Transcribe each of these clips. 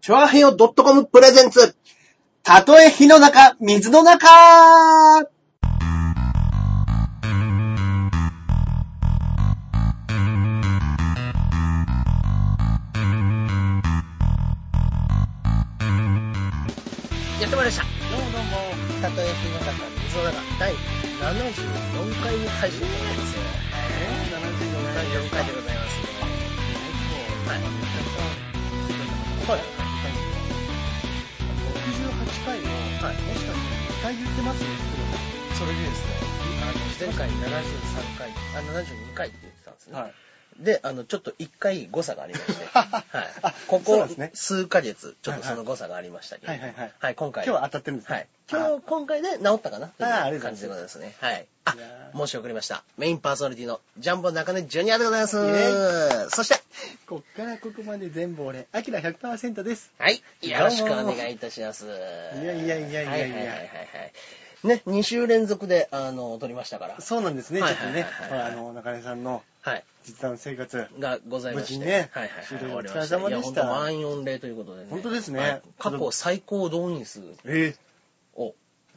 チョアヘヨ .com プレゼンツ。たとえ火の中、水の中やってまいりました。どうもどうも、たとえ火の中、水の中、第74回目配信でございます。 74 74回でございます。はい。はい。 68回の、はいもしかして2回言ってますそれでですあの、前回73回、あ、72回って言ってたんですね。はい。で、あの、ちょっと1回誤差がありま して、はいあ。こそうなこんですね数ヶ月、ちょっとその誤差がありましたけど、はいはいはいはい、今回。今日は当たってるんですねはい。今日、今回で治ったかなあとーありいがとうう感ごじざでいごまざいますね。はい。あいや、申し遅れました。メインパーソナリティのジャンボ中根ジュニアでござイいまエす。そして、こっからここまで全部俺、アキラ100%です。はい。よろしくお願いいたします。いやいやいやいやいやはいはいはいはいはい。ね、2週連続で、あの、撮りましたから。そうなんですね、ちょはいっとね。はいほはいらはいあの、中根さんのはい。実談生活。がございまして。無事ねはいはい終はい。了終わりました。お疲れ様でしたいや、本当満員御礼ということでね。本当ですねはい過去最高動員数えを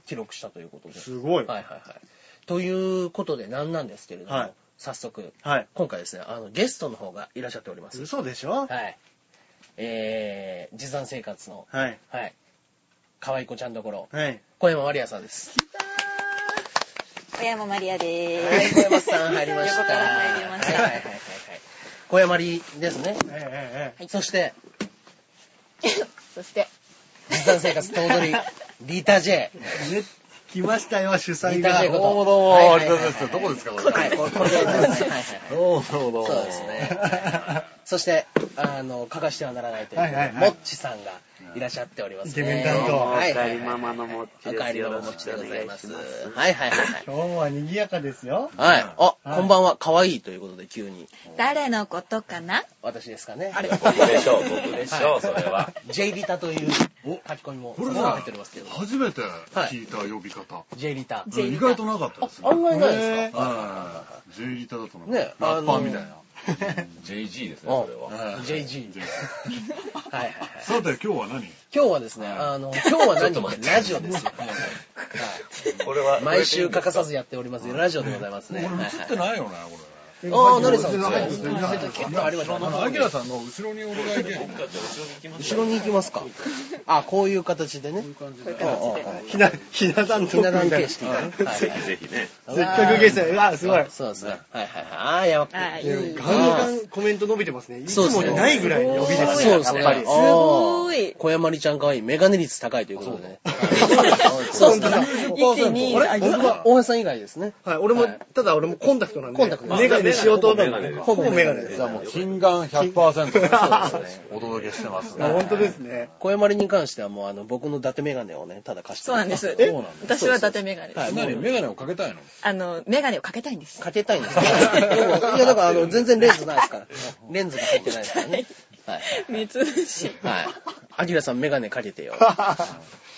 記録したということで。すごいはいはいはい。ということで、なんなんですけれども、はい早速、はい。今回ですね、あの、ゲストの方がいらっしゃっております。嘘でしょはい。えー、実談生活の、はい。はい。かわいこちゃんところ、はい。小山マリアさんです。小山マリアではーい、す。小山さん入りました。横から入りました。はいはいはいはい。小山りですね。えええええはいそして、そして、実弾生活、頭取り、リータ J。えね来ましたよ、主リ催ータが。 J こと。どうもどうもはいはいはいありがとうございますどこですかこれはい、これこれですね。はいはいはい。どうもどうも。そうですね。そして、あの、欠かしてはならないという、はいはいはいもっちさんがいらっしゃっております、ね。イケメン担当はいはいはおかい。えりママのもっちですおかえりママのもっちでございます。よろしくお願いしますはいはいはいはい。 今日は賑やかですよ。はい。あ、はいこんばんは。可愛いということで、急に。誰のことかな私ですかね。あれ僕でしょう、僕でしょう、それは。 J リタという書き込みもこれね入っておりますけど。初めて聞いた呼び方。 J リタ。 J リタ意外となかったですね。案外ないでへすーかはい。J リタだとなんかねラッパーみたいな。 JG ですね、あそれは。は い JG。はいはいはい。さて、今日は何今日はですね、あの、今日は何もラジオで すよ。これははい毎週欠かさずやっておりますラジオでございますね。俺はいはい映ってないよね、こああ、なりさんです全ね。然入って結構ありましたれ。ねアキラさんの後ろに俺がいて。後ろに行きますか。あ、こういう形でね。ひな、ひな壇ひトーなク壇みたいな。形式がね。はいはいぜひね。せっかくゲストでうわ、すごい。そうですね。はいはいはい。ああ、やばくあいいガンガンコメント伸びてますね。いつそうですもねにないぐらいの伸びですね。そうですね。やっぱりあー。ごい小山里ちゃん可愛い。メガネ率高いということでね。そうだだ。一気に、あれ僕は大橋さん以外ですね。はい、俺も、はいただ俺もコンタクトなんで。コンタクトメガネしようと思ったのにほほぼぼメメガガネネですす。でじゃあもう、金眼100%そうです お届けしてますね。本当ですね。小山里に関してはもうあの、僕の伊達メガネをね、ただ貸してそうなんです。え私は伊達メガネではすい。何メガネをかけたいのあの、メガネをかけたいんです。かけたいんですけど。でも いや、だから、あの、全然レンズないですから。 レンズが入ってないですからね。はい。 珍しい。はい。アキラさんメガネかけて よ。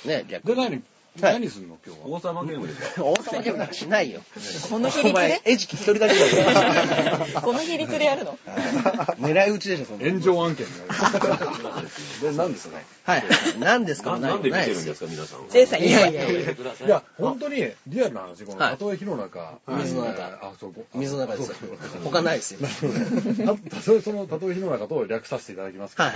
ね、逆で、に。何何するの今日は。王様ゲームですか王様ゲームなんかしないよ。この比お率前で、餌食一人だけ だよ。この比率でやるの狙い撃ちでしょ、そんな炎 上案件で、何ですかはい。何ですかなんで見てるんですかか、皆さん。 ?J さん、いやいやいや。いや、本当に、リアルな話、この、はいたとえ火の中、水の中あ、そこ。水の中ですよそう。他ないですよ。 あたとえその、たとえ火の中と略させていただきますけど はい。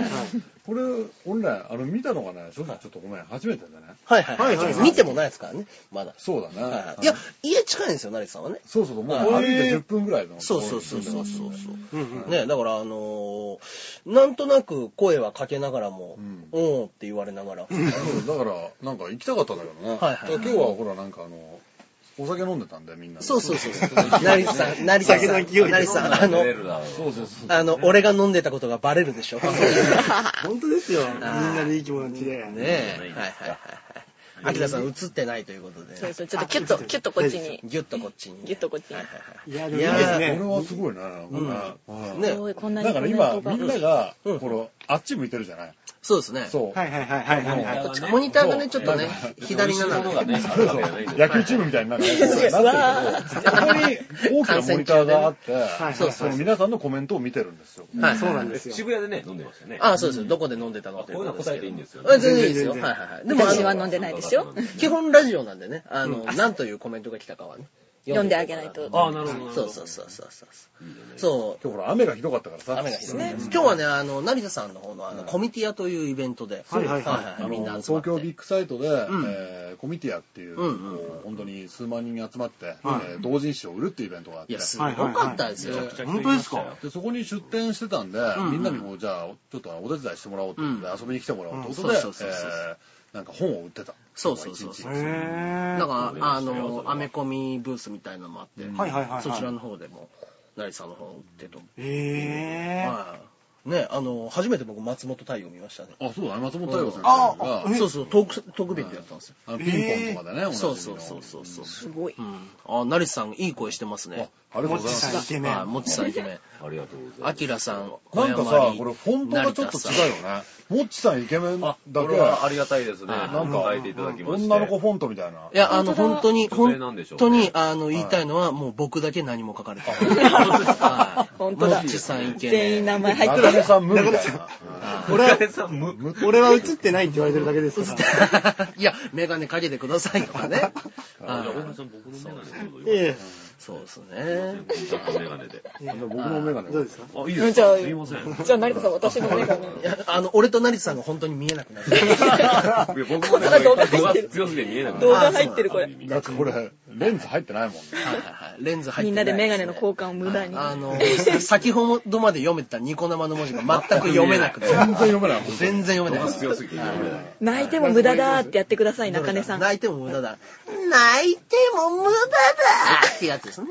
これ、俺ね、あの、見たのがね、正直ちょっとごめん、初めてだね。はいはいはい。見てもないですからね、まだ。そうだね。はい。いや、家近いんですよ、成田さんはね。そうそうそう、もうは歩いいて10分ぐらいの。そうそうそうそうう。そうそう。ねだからあのーなんとなく声はかけながらも、うんおーって言われながら。はいだから、なんか行きたかったんだけどね。はいだから今日はほら、なんかあの、お酒飲んでたんだよ、みんなで。そうそうそうそう。成田 さん、成田さん、酒の勢いで成田さん、あの、そうそうそう。あの、俺が飲んでたことがバレるでしょ。ね本当ですよ。みんなでいい気持ちで。え。はいはいはいはい。秋田さん映ってないということで、そうそう、ちょっとキュッと、キュッとこっちに。ギュッとこっちに。ギュッとこっちにはいいや、でいもいいやーですこれね。はすごいね、なんかね。はいはいはい。ねすごい、こんなだにかコメントら今が。みんなが、うんこのあっち向いてるじゃない、そうですね。そう。はいはいはいはいはいはい。こっちモニターがね、ちょっとねそう、左美味しい斜ものがめ。ね、あそるうわそうけだよね。野球チームみたいになる。なってるけど、そこに大きなモニターがあって、はいそうその皆さんのコメントを見てるんですよ。はい。そうなんですよ。渋谷でね、飲んでましたよね。ああ、そうです。どこで飲んでたのこういうのは答えていいんですよね。あ全然いいですよ。は全い然はいはい。でも、あ私はの、飲んでないですよ。基本ラジオなんでね、あの、なんというコメントが来たかはね。 読んであげないと。。ああ、なるほどなるほそど。うそうそうそうそう。そう。今日ほら、雨がひどかったからさ。雨がひどいね。今日はね、あの、成田さんの方の、あの、コミティアというイベントで、はいはいはいあのみんな集ま東って。京ビッグサイトで、んえーコミティアっていう、うんうんうんこう本当に数万人が集まって、はいえー同人誌を売るっていうイベントがあっいてや、すごかったですよ。本当ですかでそこに出店してたんで、みんなにこうじゃあちょっとお手伝いしてもらおうってことで、遊びに来てもらおうってことで、うえんそうそうそうそうーなんか本を売ってたそうそうそう一そ日う。へだー。から、あの、アメコミブースみたいなのもあって、はいはいはいはいそちらの方でも、成さんの方売ってと。えー。はい。ね、あの、初めて僕、松本太陽見ましたね。あそうだね松本太陽先生あがえそうそう、トーク、トークイベントやったんですよ。あのピンポンとかでね、おなじみそのうそうそうそうそう。すごい。あ、成さん、いい声してますね。あありがとうございますイケメンはい、もちさんイケ メン。ありがとうございます。あきらさん、なんか小山さ里これフォントがちょっと違うよねもっちさんイケメンだあ、けこれはありがたいですね。はいなんか変えていただきまして。女の子フォントみたいないや、あの、本当に、女性なんで本しょう当ねに、あの、言いたいのは、もう僕だけ何も書かれてない。本当だもっちさんイケメン。全員名前入って中る。根さん無みたいな俺はさん無俺は映ってないって言われてるだけですから。 いや、メガネかけてくださいとかね。あ、じゃはあ、大い橋さん、僕のメガネどうぞ。えそうですね。ちょっとメガネで。あの僕のメガえネどうですかあ、いいうんですじゃあかすいません。いじゃあ、成田さん、私の目がね。いや、あの、俺と成田さんが本当に見えなくなる。や僕もね、こんな動画入ってる5月で見えなく動な画入ってる、これ。だってこれレンズ入ってないもんねはいはいはいレンズ入ってみんなでメガネの交効換を無駄に。あの、先ほどまで読めてたニコ生の文字が全く読めなくな全る。然読めないもん全然読めないる。。強すぎて読めない。泣いても無駄だーってやってください、中根さん。泣いても無駄だ。泣いても無駄だってやつですね。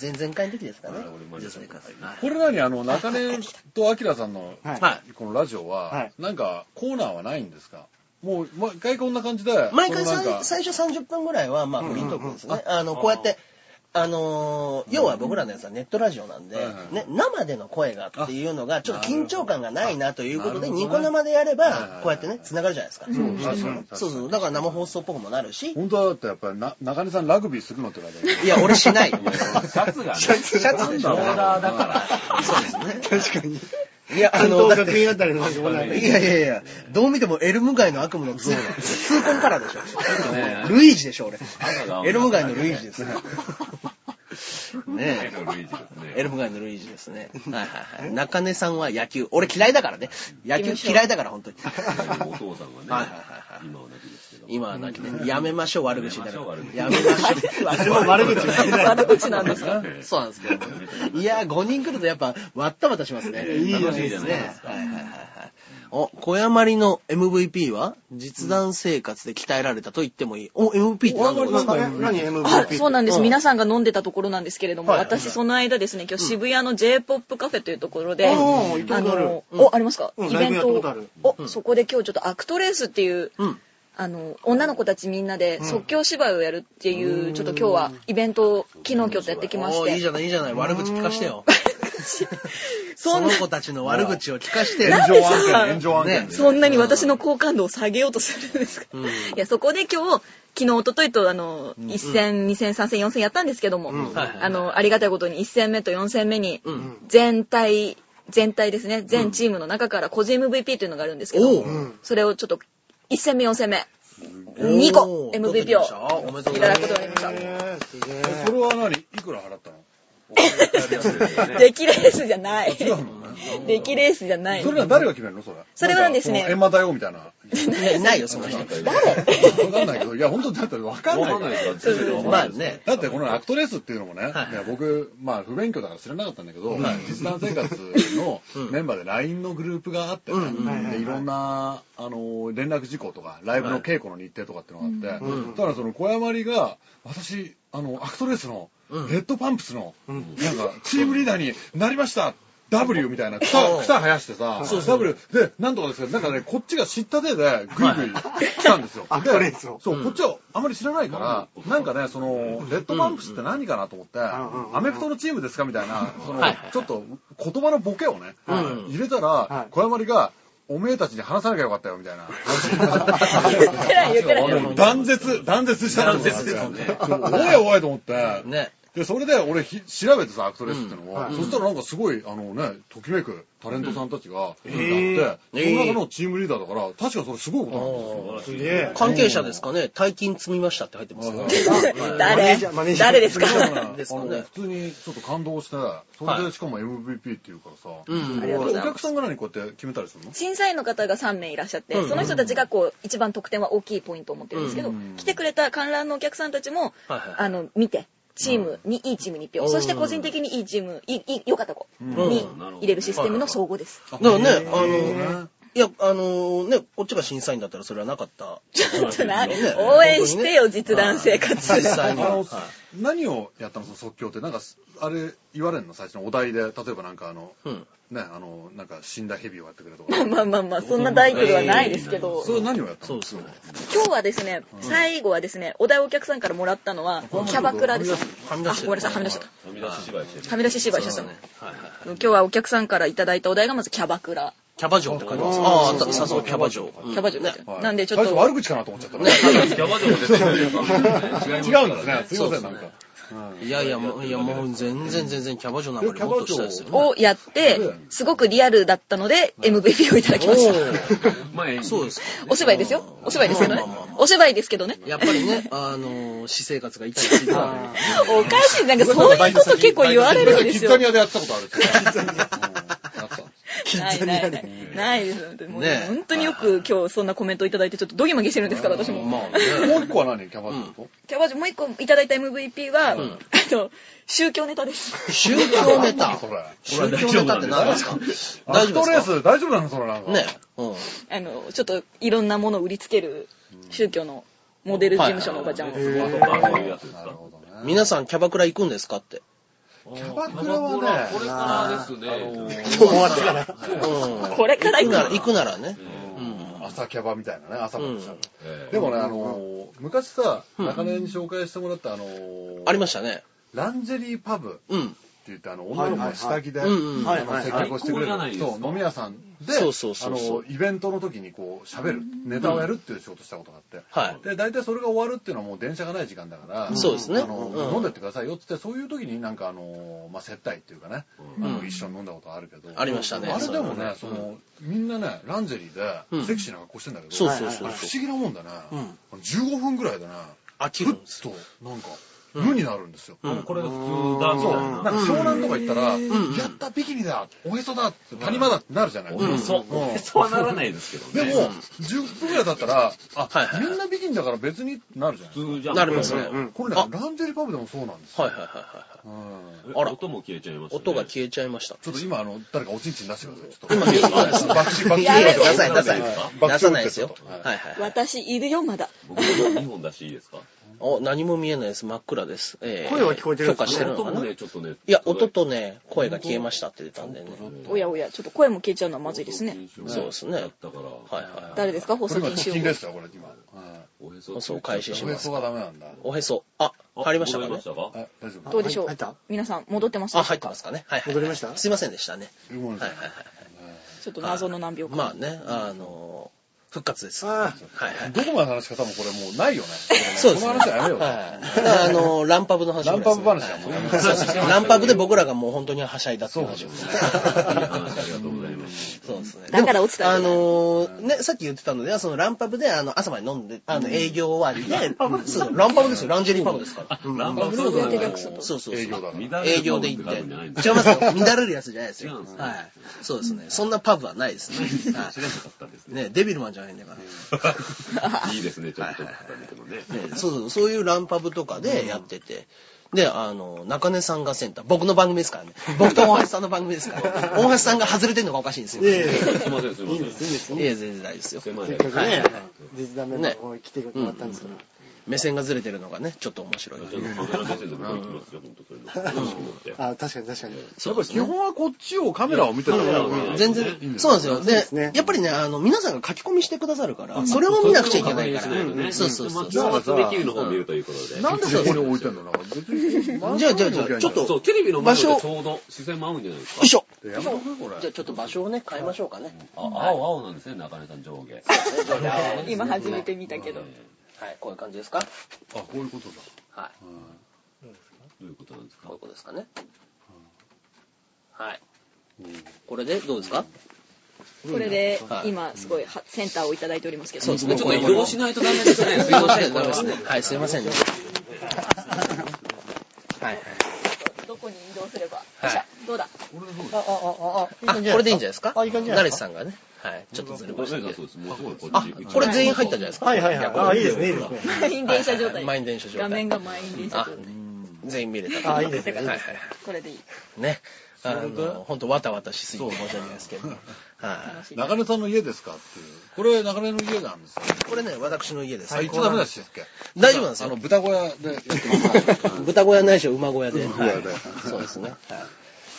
前々回の時ですかね。女性からこれ何あの中根とアキラさんのはい。はい。このラジオは、はいなんかコーナーはないんですかもう毎回こんな感じで毎回このなんさんか最初30分ぐらいは、まあ、フリートークですね。あの、こうやって、あのー要は僕らのやつはネットラジオなんではいはいは、いね、生での声がっていうのが、ちょっと緊張感がないなということで、なるほどニねコ生でやれはいはいばはい、こうやってね、繋がるじゃないですか。そう確かに確かにそうそう。だから生放送っぽくもなるし、本当はだってやっぱりな中根さんラグビーするのって言われていや、俺しない。シシャツがね、シャツでしょ。ョルダーだから。確かに。いや、あ関の、東だっ学て院あたりのなんかもないいやいやいや、どう見てもエルム街の悪夢の像だ。痛恨カラーでしとねょ。ルイージでしょ、俺が。エルム街のルイージですね。エねルフルイージですねえ。エルム街のルイージですね。はいはいはい。中根さんは野球。俺嫌いだからね。野球嫌いだから、本当に。お父さんがはね、いはいはいはい今はなきですけど。今はなきね、やめましょう、悪口だから。ややめめましょう。誰も悪口言ってない悪口なんで すかええそうなんですけど。いやー、5人来るとやっぱ、わったわたしますね。いいじゃない楽しですかみじゃないですかはいはいはいはい。お、小山里の MVP は、実弾生活で鍛えられたと言ってもいい。お、MVP って何だろうなんかね何 MVP あ、そうなんです。うん皆さんが飲んでたところなんですけれども、はいはいはい私その間ですね、今日渋谷の J-POP カフェというところで、あー行ったあことあるの、お、ありますかうんイベンライブやっトたこを、お、そこで今日ちょっとアクトレースっていううん、あの、女の子たちみんなで即興芝居をやるっていう、ちょっと今日はイベントを昨日今日とやってきましおいいじて、ゃない、いいじゃない。悪口聞かしてよ。そそんなの子たちの悪口を聞かしてよ。炎上案件炎上案ね件 でそんなに私の好感度を下げようとするんですか、うんいや、そこで今日、昨日、一昨日と、あの、1戦、2戦、3戦、4戦やったんですけども、はいはいあの、ありがたいことに1戦目と4戦目にん、全体、全体ですね、全チームの中から個人 MVP というのがあるんですけど、おうそれをちょっと、1戦目、4戦目、2 2個 MVP をおめでとういござただいくまことすになりました。えーすげえそれは何いくら払ったの出来レースじゃない。出来レースじゃないそ。れは誰が決めるのそれそれはですねなんかこの閻魔大王みたいないやいないよ、その人。わかんないけどいや本当だってわかんないわかんないですよまあね。だってこのアクトレースっていうのもね、はいいや僕、まあ不勉強だから知らなかったんだけど、はい実弾生活のメンバーで LINE のグループがあってね、うんうんでいろんな、あの、連絡事項とか、ライブの稽古の日程とかっていうのがあって、ただその小山里が、私、あの、アクトレースの、レうんッドパンプスの、んなんか、チームリーダーになりました W みたいなうん草、草生やしてさ、そうそう W で、なんとかですけど、なんかね、こっちが知った手で、ぐいぐい来たんですよ。アクトレースをでそう、こっちはあまり知らないから、なんかね、その、レッドパンプスって何かなと思って、んうんアメフトのチームですかみたいな、そのはいはいはい、ちょっと言葉のボケをね、ん入れたはらい、小山里が、おめえたちに話さなきゃよかったよ、みたいな。言ってない言ってないもう断絶、断絶したの断絶ですねなんかおいおいと思って。ね。で、それで俺ひ調べてさ、アクトレスってのを、うんそしたらなんかすごい、あのね、ときめくタレントさんたちが、いんるんだって、へーその中のチームリーダーだから、確かそれすごいことなんですよ。すげえ。関係者ですかね、大金積みましたって入ってますよ。マネ 誰ージャーマネージャー誰ですかだからあですかねの普通にちょっと感動して、そはれいでしかも MVP っていうからさ、うんこれお客さんが何こうやって決めたりするの審査員の方が3名いらっしゃって、うんその人たちがこう一番得点は大きいポイントを持ってるんですけど、うん来てくれた観覧のお客さんたちも、はいはいあの見てチームに、いいチームに1票、うんそして個人的にいいチームいいいい良かった子んに入れるシステムの総合です、だからね、あーの、いや、あのね、こっちが審査員だったらそれはなかった。ちょっとそな、うですよね 応援してよ実弾生活、実際にあは。はいの、何をやったのその即興って、なんか、あれ言われるの最初のお題で、例えばなんかあの、うん。ね、あの、なんか死んだ蛇をやってくれと か。まあまあまあそんな大工ではないですけど、それ何をやったそのうそう。今日はですね、最後はですねお題をお客さんからもらったのはキャバクラですはみ出あしごめんなさいはみ出しちゃっ飛び出し芝居してるたはみ出し芝居しちゃっそたうのね。はいはい今日はお客さんからいただいたお題がまずキャバクラ、キャバ嬢って書いてます。ああーあ、あった、さそう、キャバ嬢。キャバ嬢みねた。いな、はいなんでちょっ最と初悪口かなと思っちゃった ね。キャバ嬢ですね違うんですね。すいません、なんか。いやいや、もう、いや、もう全然全然キャバ嬢なんかにもっとしたいですよね。をやってすごくリアルだったので MVP をいただきました前にそうですか。お芝居ですよお芝居ですけどねまあまあまお芝居ですけどねやっぱりね、あの、私生活が痛いって言ってたんでねおかしいなんかそういうこと結構言われるんですキよッザニアでやってたことあるって。ないないないないです本当にもうねえ本当によく今日そんなコメントいただいてちょっとドギマギしてるんですから私もまあうんね。もう一個は何キャバ嬢とキャバ嬢もう一個いただいた MVP は、あの宗教ネタで す宗教ネタ。それ。宗教ネタって何ですかア大ク丈夫トレでーすかス大丈夫なのそれなんか。ね。うん。あのちょっといろんなものを売りつける宗教のモデル事務所のおばちゃんを、あそういうやつですなるかほどね。皆さんキャバクラ行くんですかって。キャバクラはねこれからですね今日終わってから。うんこれから行行くなくのら、行くならね。朝キャバみたいなね、朝までしうんでもね、あのー、昔さ、中根に紹介してもらったあのー、ありましたね。ランジェリーパブ。うん。って言って、あの、女の子の下着で、はいはいはいうんうんあの接客をしてくれるはいはいはいそう、飲み屋さんで、そうそうそうそうあの、イベントの時にこう、喋る、ネタをやるっていう仕事したことがあって、はい。 で、大体それが終わるっていうのはもう電車がない時間だから、そうですねあの、うん飲んでってくださいよって言って、そういう時になんかあの、まあ、接待っていうかね、あの、一緒に飲んだことあるけど、ありましたねあれでもね、そそういうのの、みんなね、ランジェリーうんで、セクシーな格好してんだけど、そうそうそうあれ不思議なもんだね、うんあの15分ぐらいでね、飽きふるっんです。と、なんか、無になるんですよ。うんこれが普通だみそう、たいなんなか湘南とか行ったら、やった、ビキニだ、おへそだ、谷間だってなるじゃない。おへそうんおへそはならないですけどでねも、10分ぐらい経ったら、あ、はいはいはいみんなビキニだから別にってなるじゃない。普通じゃんなりますね。これこれねあ、ランジェリーパブでもそうなんですよ。はいはいはいはい。うんえ音も消えちゃいましたね音が消えちゃいました。ちょっと今、あの、誰かおちんちん出してください。ちょっと。今、見えたんですバクチバクチやめ出さない、出さない。爆出笑さないですよち。ょっとはいはい。私いるよまだ僕も2本出していいですかお、何も見えないです。真っ暗です。えー声は聞こえてるん許ですか可してるの音かもなねちょっとねいや、音とね、声が消えましたって出たんでね。おやおやちょっと声も消えちゃうのはまずいですねそうですね。はだいったからはいは誰ですか放こ送れ今、禁止突進用語ですよ、これ今。うんおへそい。そう、開始しおへます。そがダメなんだ。おへそ。あ、あ入りましたか戻ねり。ましたかあ大丈ど夫うでしょう入った皆さん戻ってますあ、入ってますかね。はいはいはい。戻りましたすいませんでしたね。うまいはいではいすはいね。ちょっと謎の難病か、まあね、あのー、復活です。はいあはい。どこまで話し方もこれもうないよね。そうですこね。の話はやめよう。はい。あのー、ランパブの話ぐらいですね。ランパブ話だもんねはいそうそうそうランパブで僕らがもう本当にはしゃいだっていう話ですね。いい話ありがとうございますそうですね。だから落ちたあんだのーね、さっき言ってたので、そのランパブで、あの、朝まで飲んで、あの、営業終わりで、そうランパブですよ、ランジェリーパブですから。ランバムそうやって略すとそうそうそう。営業だか ら。営業で行って。違いますよ。乱れるやつじゃないです違うよ。んですねはい。そうですね。そんなパブはないですね。はい知らなかったですねね、デビルマンじゃないんだから。いいですねちょっと撮ったんだけどねね、そうそう、そういうランパブとかでやってて。で、あの、中根さんがセンター。僕の番組ですからね。僕と大橋さんの番組ですから。大橋さんが外れてるのがおかしいんですよ。いえすいませんすいませんいえ、全然大丈夫ですよ。狭いせっかくね、実弾メンバーも来てもらったんですから。目線がずれてるのがね、ちょっと面白い。ちょっとカメラ目線で僕は行きますよ本当そういうの楽しみになってあ、確かに確かに。そうです基ね。本はこっちをカメラを見てたから、全然、そうなんですすねよ。で、やっぱりね、あの、皆さんが書き込みしてくださるから、それを見なくちゃいけないかそううのが確認しないとねら。そうそうそう。まあ松尾できるの方を見るということでなんでそこに置いてんのなんか別に。じゃあ、じゃあ、じゃあ、ちょっと、そうテレビの前でちょうど視線も合うんじゃないですよいしょ。でやめとくこじゃあれちょっと場所をね、変えましょうかね。あ、青、青なんですね、中根さん上下。今初めて見たけどええはい、こういう感じですかあこういうことだはい。どういうことなんですかこういうことですかね。はい。これでどうですかこれではい今すごいはセンターをいただいておりますけどそうですねちょっと移動しないとダメですね。すいません。ダメですね。はい、すいませんね。はい。どこに移動すれば、はいよっしゃどうだあ、あ、あ、あ、あ、こいい感じゃないですかれでいいんじゃないですかあ、いい感じじゃないナレでスすか。さんがね。はい、ちょっとずれごまめしたんなけさどい。そうですもうすぐこっあち行、くこれ全員入ったんじゃないですかはいはいはい。あ、いいですね、いいですね。満員電車状態満員電車状態画面が満員電車状あ態、全員見れたあいいですねはいはいはい。これでいいね。あの、ほんとわたわたしすぎて申し訳ないですけど。は楽しい中根さんの家ですかっていうこれ中根の家なんですよい。これね、私の家です。最高ダメでしたっけ大丈夫なんですあのよ。豚小屋でやってます 豚小屋ないし馬小屋で。小屋ではいそうですね。はい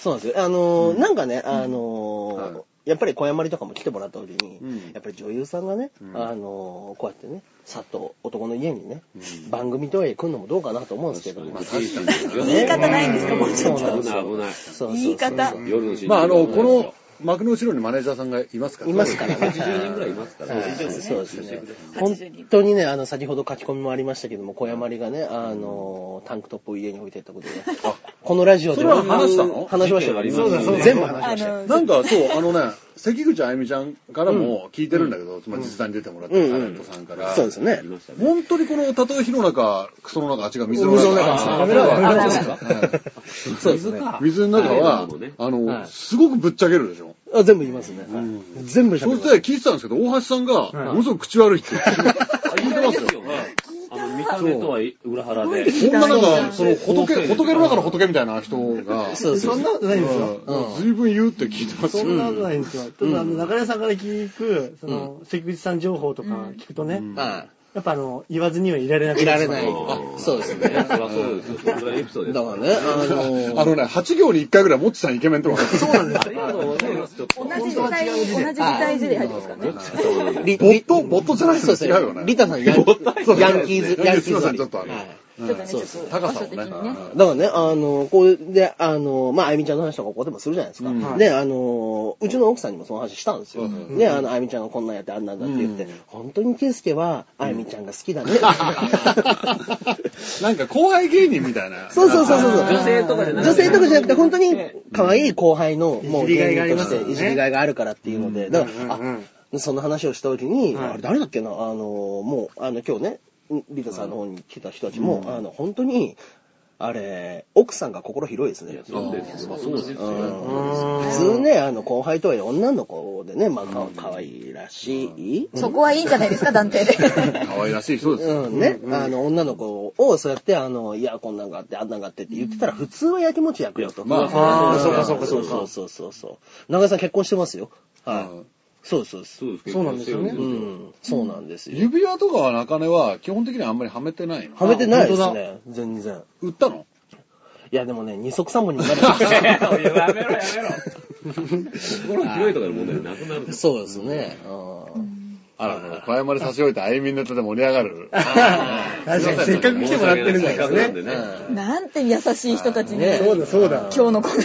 そうなんですよ。あのー、なんかね、あはのー、やっぱり小山里とかも来てもらった時にうん、やっぱり女優さんがね、んあのー、こうやってね、さっと男の家にね、番組とはいえ来るのもどうかなと思うんですけど。まあ確かに言い方ないんですかもうちょそっうとなん危ですなよい危ない。そうそうそう言い方夜の新まああのこの幕の後ろにマネージャーさんがいますからいますからね。 80人ぐらいいますからはいそうですねそうですね。本80人当にね、あの、先ほど書き込みもありましたけども、小山里がね、あの、タンクトップを家に置いてったことで、このラジオでそれは話したの話しました事件ありよ。ますよねそうだそうだ全部話しあましたよ。のなんかそう、あのね、関口あゆみちゃんからも聞いてるんだけど、まあ実際に出てもらったタうんレントさんから、そうですよねい。ましたね。本当にこの、たとえ火の中、クソの中、あ、違う、水の水の中。中カメラはカメラですかそうですね。あ水の中ははい、あはいの、すごくぶっちゃけるでしょ。全部言いますね。はい全部喋りそましすて聞いてたんですけど、大橋さんが、ものすごく口悪いって。あ、言いますよね。あの、見た目とは裏腹で。こんななんか、その仏、仏の中の仏みたいな人が、そうですそんなことないですよ。うん随分言うって聞いてますそよ。んなことないんですよ。ただ、あの、中根さんから聞く、その、関口さん情報とか聞くとね、はやっぱあの、言わずにはいられなくい。いられい。ない。あ、そうですね。そりゃそうですよ。それはエピソードですだよからね、あ の、あのね、8行に1回ぐらい、もっちさんイケメンとか。そうなんでありがとうございます。ちょっと。同じ時代同じ時代時で入ってますからねリボット、ボットじゃないそうでですすねよ。違うよね。リタさん、ヤンそうヤンキーズ、ヤンキすーいまズせあん、り。ちょっとあの、はいちょっとねちょっと高さをね場所的にねだからね、あの、こうで、あの、まあ、あゆみちゃんの話とかここでもするじゃないですか。うんで、あの、うちの奥さんにもその話したんですよ。ね、あの、あゆみちゃんがこんなんやってあんなんだって言って、うん本当にケイスケは、あゆみちゃんが好 きだね。 なんか後輩芸人みたいな。 そうそうそうそう。女性とかじゃなくて女性とかじゃなくて、本当に可愛い後輩の、もういじりがいがあり芸ま人としすよてねいじりがいがあるからっていうので、だかうんら、うんあ、その話をした時に、はいあれ誰だっけな、あの、もう、あの、今日ね、リタさんの方に来た人たちも、あの、本当に、あれ、奥さんが心広いですね。そうですよ。そうですよ。普通ね、あの、後輩とはいえ女の子でね、まあ、かかわいらしい。そこはいいんじゃないですか断定で可愛らしい人ですよ。うんね、あの、女の子を、そうやって、あの、いや、こんなんがあって、あんなんがあってって言ってたら、普通はやきもち焼くよと。まああーそうかそうかそうかそうそうそうそう。長井さん結婚してますよ。うはいん。そうそうそう。そうですそうなんですよねう。ん、そうなんですよ。指輪とかは中根は基本的にはあんまりはめてないの。はめてないであす本ね、全然。売ったのいや、でもね、二足三本にもなる。やめろやめろ。心広いとかの問題なくなる。そうですね。うんあら、この小山で差し置いてあゆみのネタで盛り上 がる。確かに、せっかく来てもらってるんだからね。 なんて優しい人たちに、ねそうだ、そうだ。今日のコメ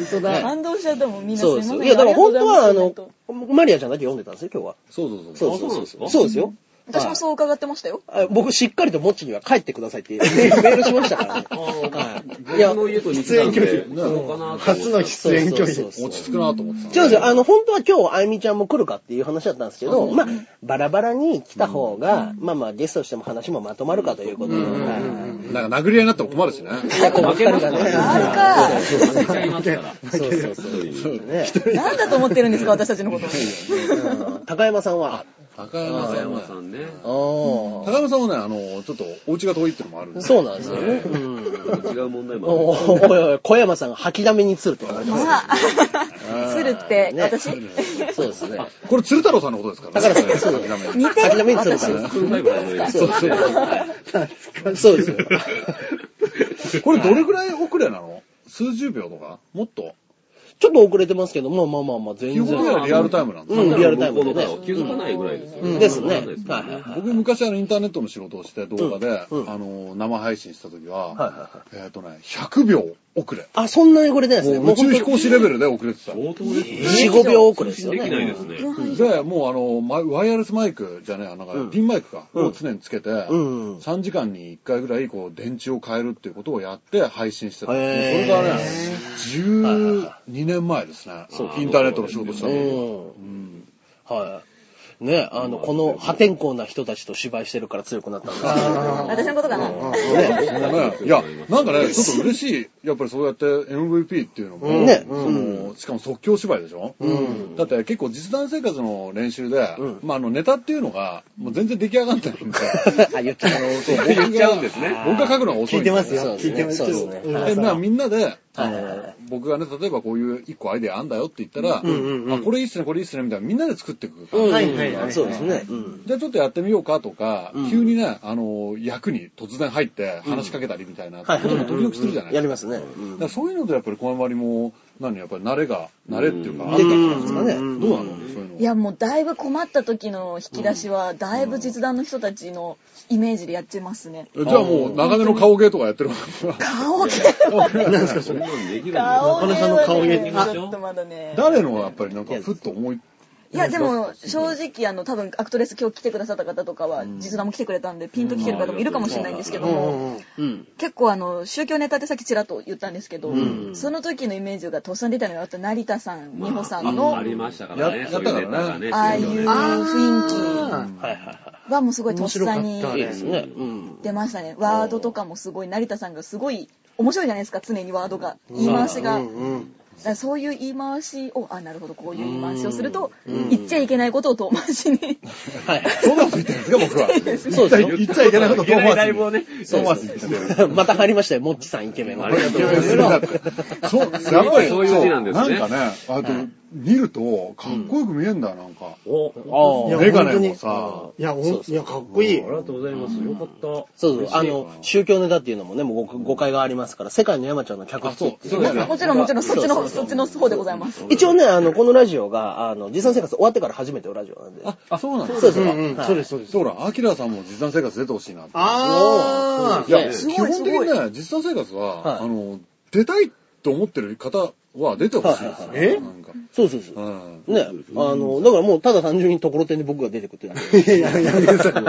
ントだ感動しちゃったもんみんなすいそうまでせすんよ。いや、だから本当は、ありがとうのございますコメント、マリアちゃんだけ読んでたんですよ、今日は。そうそうそう。そうあそそううそなんでうすそかう。そうですよ。私もそう伺ってましたよあ僕、しっかりとモッチには帰ってください ってメールしましたからね。僕の家と似てたんで、そうかな初の出演距離。そうそう落そうち着くなと思って違うんですよ。あの、本当は今日、あゆみちゃんも来るかっていう話だったんですけど、まあ、バラバラに来た方が、まあまあ、ゲストとしても話もまとまるかということで。はいた。なんか殴り合いになっても困るし ね。いやこう、二人がね。ある負けちゃいますかそら。うそうそう。ね。かなんだと思ってるんですか私たちのことうん高山さんは。高山高さん山はさね。んね。あ高山さんはね、あの、ちょっとお家が遠いっていうのもあるんあ。で。そうなんですよね。うん。違う問題もおーおいおい、小山さんが吐きだめに鶴って言われてますあつるってね私そうですね。これ鶴太郎さんのことですからだからね。そう諦めない似て吐きだるめに鶴って私言われある。フルタイム始まります。そうそう。はいそうですよ。 これどれぐらい遅れなの数十秒とかもっとちょっと遅れてますけど、まあまあまあまあ、基全本的に然。はリアルタイムなんだ。うん、リアルタイムのでね。気づかないぐらいですようんですね。はいわかんないですはいよねはい。僕昔あのインターネットの仕事をして動画で、うんうんあの生配信した時は、はいはえっ、とね100秒遅れ。あ、そんなにこれ出ないですね。もう宇宙飛本行士レベルで遅れてた。相当ですね。当に4、5秒遅れですよできね。ないですね。で、もうあの、マイワイヤレスマイクじゃねえ、あなんかピンマイクか、を常につけて、んうん3時間に1回ぐらい、こう、電池を変えるっていうことをやって配信してた。こへれーがね、12年前ですね。インターネットの仕事したうの。ん。はい。ね、あの、この破天荒な人たちと芝居してるから強くなったんです 私のことかなそうねいや、なんかね、ちょっと嬉しい。やっぱりそうやって MVP っていうのも、ねその、しかも即興芝居でしょだって結構実弾生活の練習で、まああのネタっていうのが、もう全然出来上がってないんで、あ、言ってたの。そう僕が 言っちゃうんですね。僕が書くのが遅い聞んいでてすますそうよ。ですね聞いてますよ。そうですねでまあうんみんなで、あはいはいはの、僕がね、例えばこういう一個アイデアあんだよって言ったら、あ、これいいっすね、これいいっすね、みたいな、みんなで作っていく。うんはいはいはいそうですね。うんじゃあちょっとやってみようかとか、急にね、あの、役に突然入って話しかけたりみたいなことも時々するじゃないやですりか。ますね。うんだからそういうのとやっぱり小山りも、何、やっぱり慣れが、慣れっていうか、うんあったんじゃないですかうんね。うんどうなのそういうの。いやもうだいぶ困った時の引き出しはだいぶ実弾の人たちのイメージでやってますね。じゃあもう、長めの顔芸とかやってるわけだ顔芸かそんなのできるんだ顔中芸根さんの顔芸っはてね言いましょちょっとまだね。誰のがやっぱりなんか、ふっと思い、いやでも正直あの多分アクトレス今日来てくださった方とかは実弾も来てくれたんでピンと来てる方もいるかもしれないんですけどもうん。結構あの宗教ネタってさっきちらっと言ったんですけどその時のイメージがとっさに出たのがあと成田さん美穂さんのありましたからね。やそういうネタがね。ああいうそうい雰うのね囲はいはいは気はもうすごいとっさ面に白かっい。いいですね。うん。出ましたねワードとかもすごい成田さんがすごい面白いじゃないですか常にワードが言い回しが。うんだからそういう言い回しをあなるほどこういう言い回しをすると言っちゃいけないことを遠回しにはいはい。そんなこと言ってるんですか、僕は。そうですよ。言っちゃいけないこと、遠いけない回しライにブをね。遠回しに言ってる。また入りましたよ、もっちさんイケメンが。ありがとうございますそう、やっぱり、そういう字なんですねなんかね、あと、見ると、かっこよく見えんだよ、なんか。おああいやメガネもさ、いや、おんいや、かっこいあいり。がとうございます。よかった。そうそう、あの、宗教ネタっていうのもね、もうご誤解がありますから、世界の山ちゃんの客室っていうねあそうそうですねもちろんもちろんそっちのそっちの方でございます一応ね、あの、このラジオが、あの、実際生活終わってから初めてのラジオなんで。あ、あそうなんですそうですうよんうん。そうです、そうです。そうだ、アキラさんも実弾生活出てほしいなって。あいや、ね基すごい本的にね、実際生活はいは、あの、出たいと思ってる方は出てほしいですよ。えなんか。そうそうそうう。ん。ね、あの、だからもう、ただ単純にところてんで僕が出てくってだけ。ーいやいやいや、だか